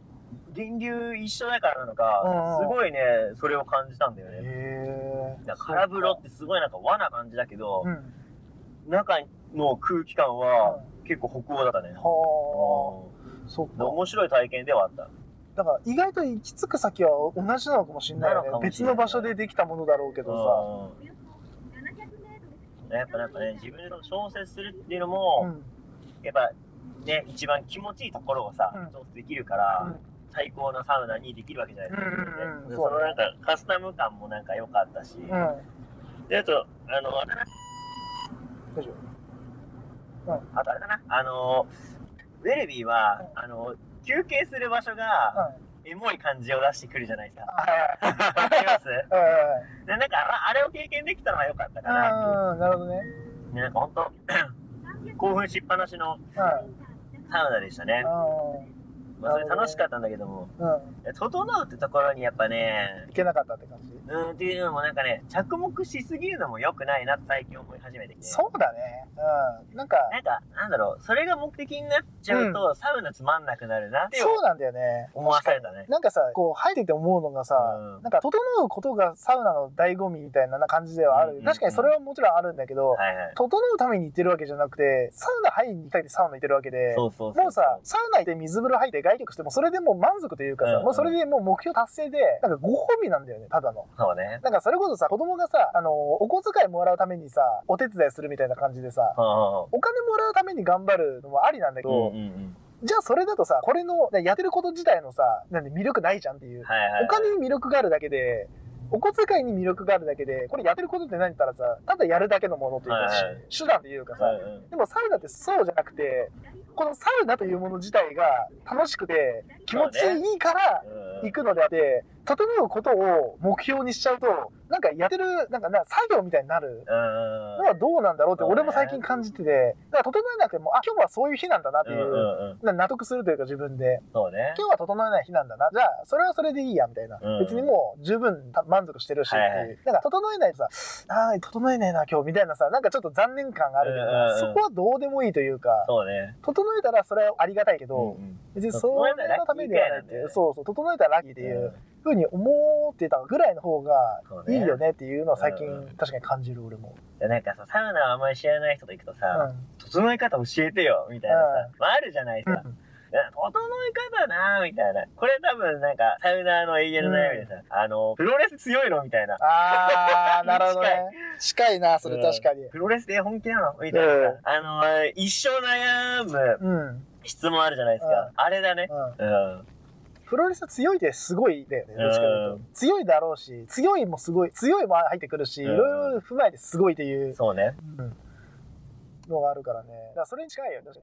S3: う
S4: 源流一緒だからなのか、
S3: う
S4: す
S3: ん
S4: ごいね、それを感じたんだよ
S3: ん。
S4: ね。
S3: へえ。
S4: だから空風呂ってすごいなんか和な感じだけど
S3: う、ん。
S4: 中の空気感は結構北欧だったね。
S3: は
S4: う
S3: あ、そっ
S4: んで
S3: か。
S4: 面白い体験ではあった。
S3: だから意外と行き着く先は同じなのかもしれないよね
S4: なのかもし
S3: 別
S4: れな
S3: の
S4: い
S3: 場所でできたものだろうけど
S4: うんやっぱなんかね、自分でその調節するっていうの
S3: さ。
S4: も、
S3: うん。
S4: やっぱね、一番気持ちいいところをさ、
S3: うん
S4: 調節できるから、
S3: うん
S4: 最高のサウナにできるわけじゃないですか、
S3: うんうんうん
S4: で
S3: そ
S4: そ
S3: うだ
S4: の
S3: ね
S4: なんかカスタム感もなんか良かったし、
S3: うん。大
S4: で、あと、あの、あれ
S3: 丈夫。
S4: あとあれかな、あの、ウェルビーは、あの、休憩する場所が、エモい感じを出してくるじゃないですか。
S3: は
S4: わかりますで
S3: いはいはい
S4: なんか、ああれを経験できたのは良かったかなっ
S3: はい。うん。なるほどね。
S4: ていう。ねなんか本当 興奮しっぱなしのサウナでしたね。
S3: う
S4: まあ、それ楽しかったんだけども、
S3: ん。うん。うん。
S4: 整うってところにやっぱね
S3: 行、けなかったって感じ。
S4: うーんっていうのもなんかね、着目しすぎるのも良くないなって最近思い始めてきて。
S3: そうだね。うん。なんか、
S4: なんか、なんだろう、それが目的になっちゃうと、サウナつまんなくなるなって
S3: そうなんだよね。
S4: 思わされたね。
S3: なんかさ、こう入ってて思うのがさ、
S4: うん
S3: なんか整うことがサウナの醍醐味みたいな感じではあ
S4: う
S3: る。
S4: んうんうん
S3: 確かにそれはもちろんあるんだけど、
S4: はいはい。
S3: 整うために行ってるわけじゃなくて、サウナ入りに行きたいってサウナ行ってるわけで、
S4: そうそうそう。
S3: もうさ、サウナ行って水風呂入って外力しても、それでもう満足というかさ、
S4: うんうん
S3: もうそれでもう目標達成で、なんかご褒美なんだよね、ただの。
S4: そうね。
S3: なんかそれこそさ、子供がさ、あの、お小遣いもらうためにさ、お手伝いするみたいな感じでさ、
S4: うん
S3: お金もらうために頑張るのもありなんだけ
S4: うんうん
S3: ど、
S4: うんうん
S3: じゃあそれだとさ、これの、やってること自体のさ、なんで魅力ないじゃんっていう。
S4: はいはいはい。
S3: お金に魅力があるだけで、お小遣いに魅力があるだけで、これやってることって何って言ったらさ、ただやるだけのものというか、
S4: はいはい
S3: 手段というかさ、
S4: うんうん
S3: でもサウナってそうじゃなくて、このサウナというもの自体が楽しくて気持ちいいから
S4: うんうん
S3: 行くのであって、整うことを目標にしちゃうと、なんかやってる、なんかな作業みたいになる。
S4: うん
S3: のはどうなんだろうって
S4: そうね
S3: 俺も最近感じてて、だから整えなくても、あ、今日はそういう日なんだなって
S4: う
S3: い
S4: んう
S3: う、
S4: んうん。
S3: な納得するというか自分で、
S4: そうね。
S3: 今日は整えない日なんだな。じゃあ、それはそれでいいや、みたいな。
S4: うん
S3: 別にもう十分た満足してるしっていう。
S4: はいは
S3: なんか整えないとさ、あー整えないな、今日、みたいなさ、なんかちょっと残念感があるけどさ、
S4: うんうんうん
S3: そこはどうでもいいというか、
S4: そうね。
S3: 整えたらそれはありがたいけ
S4: うん
S3: ど、
S4: うん
S3: 別にそれのためではない
S4: 整えたらラッキーみたいな
S3: って
S4: んだよね
S3: そうそう、整えたらラッキーっていうふうに思ってたぐらいの方が
S4: そう
S3: いい
S4: ね
S3: よねっていうのは最近
S4: うん
S3: 確かに感じる俺も。
S4: でなんかさ、サウナあんまり知らない人と行くと
S3: うん。
S4: さ、整え方教えてよ、みたいなさ、まああるじゃないですか。
S3: うん
S4: な整え方なみたいな。これ多分なんか、サウナーの永遠の悩みでさ、あの、プロレス強いのみたいな。
S3: あー、なるほどね。近いな、それ確かに。
S4: プロレスで本気なのみたいなさ、
S3: うん
S4: あの、一生悩む
S3: うん。うん。
S4: 質問あるじゃないですか。あれだね。うん。
S3: プロレスは強いってすごいだよね、どっちかという
S4: う
S3: と。強いだろうし、強いもすごい、強いも入ってくるし、い
S4: うん
S3: ろいろ踏まえてすごいっていう
S4: そうね。
S3: うんのがあるからね。だからそれに近いよ、確か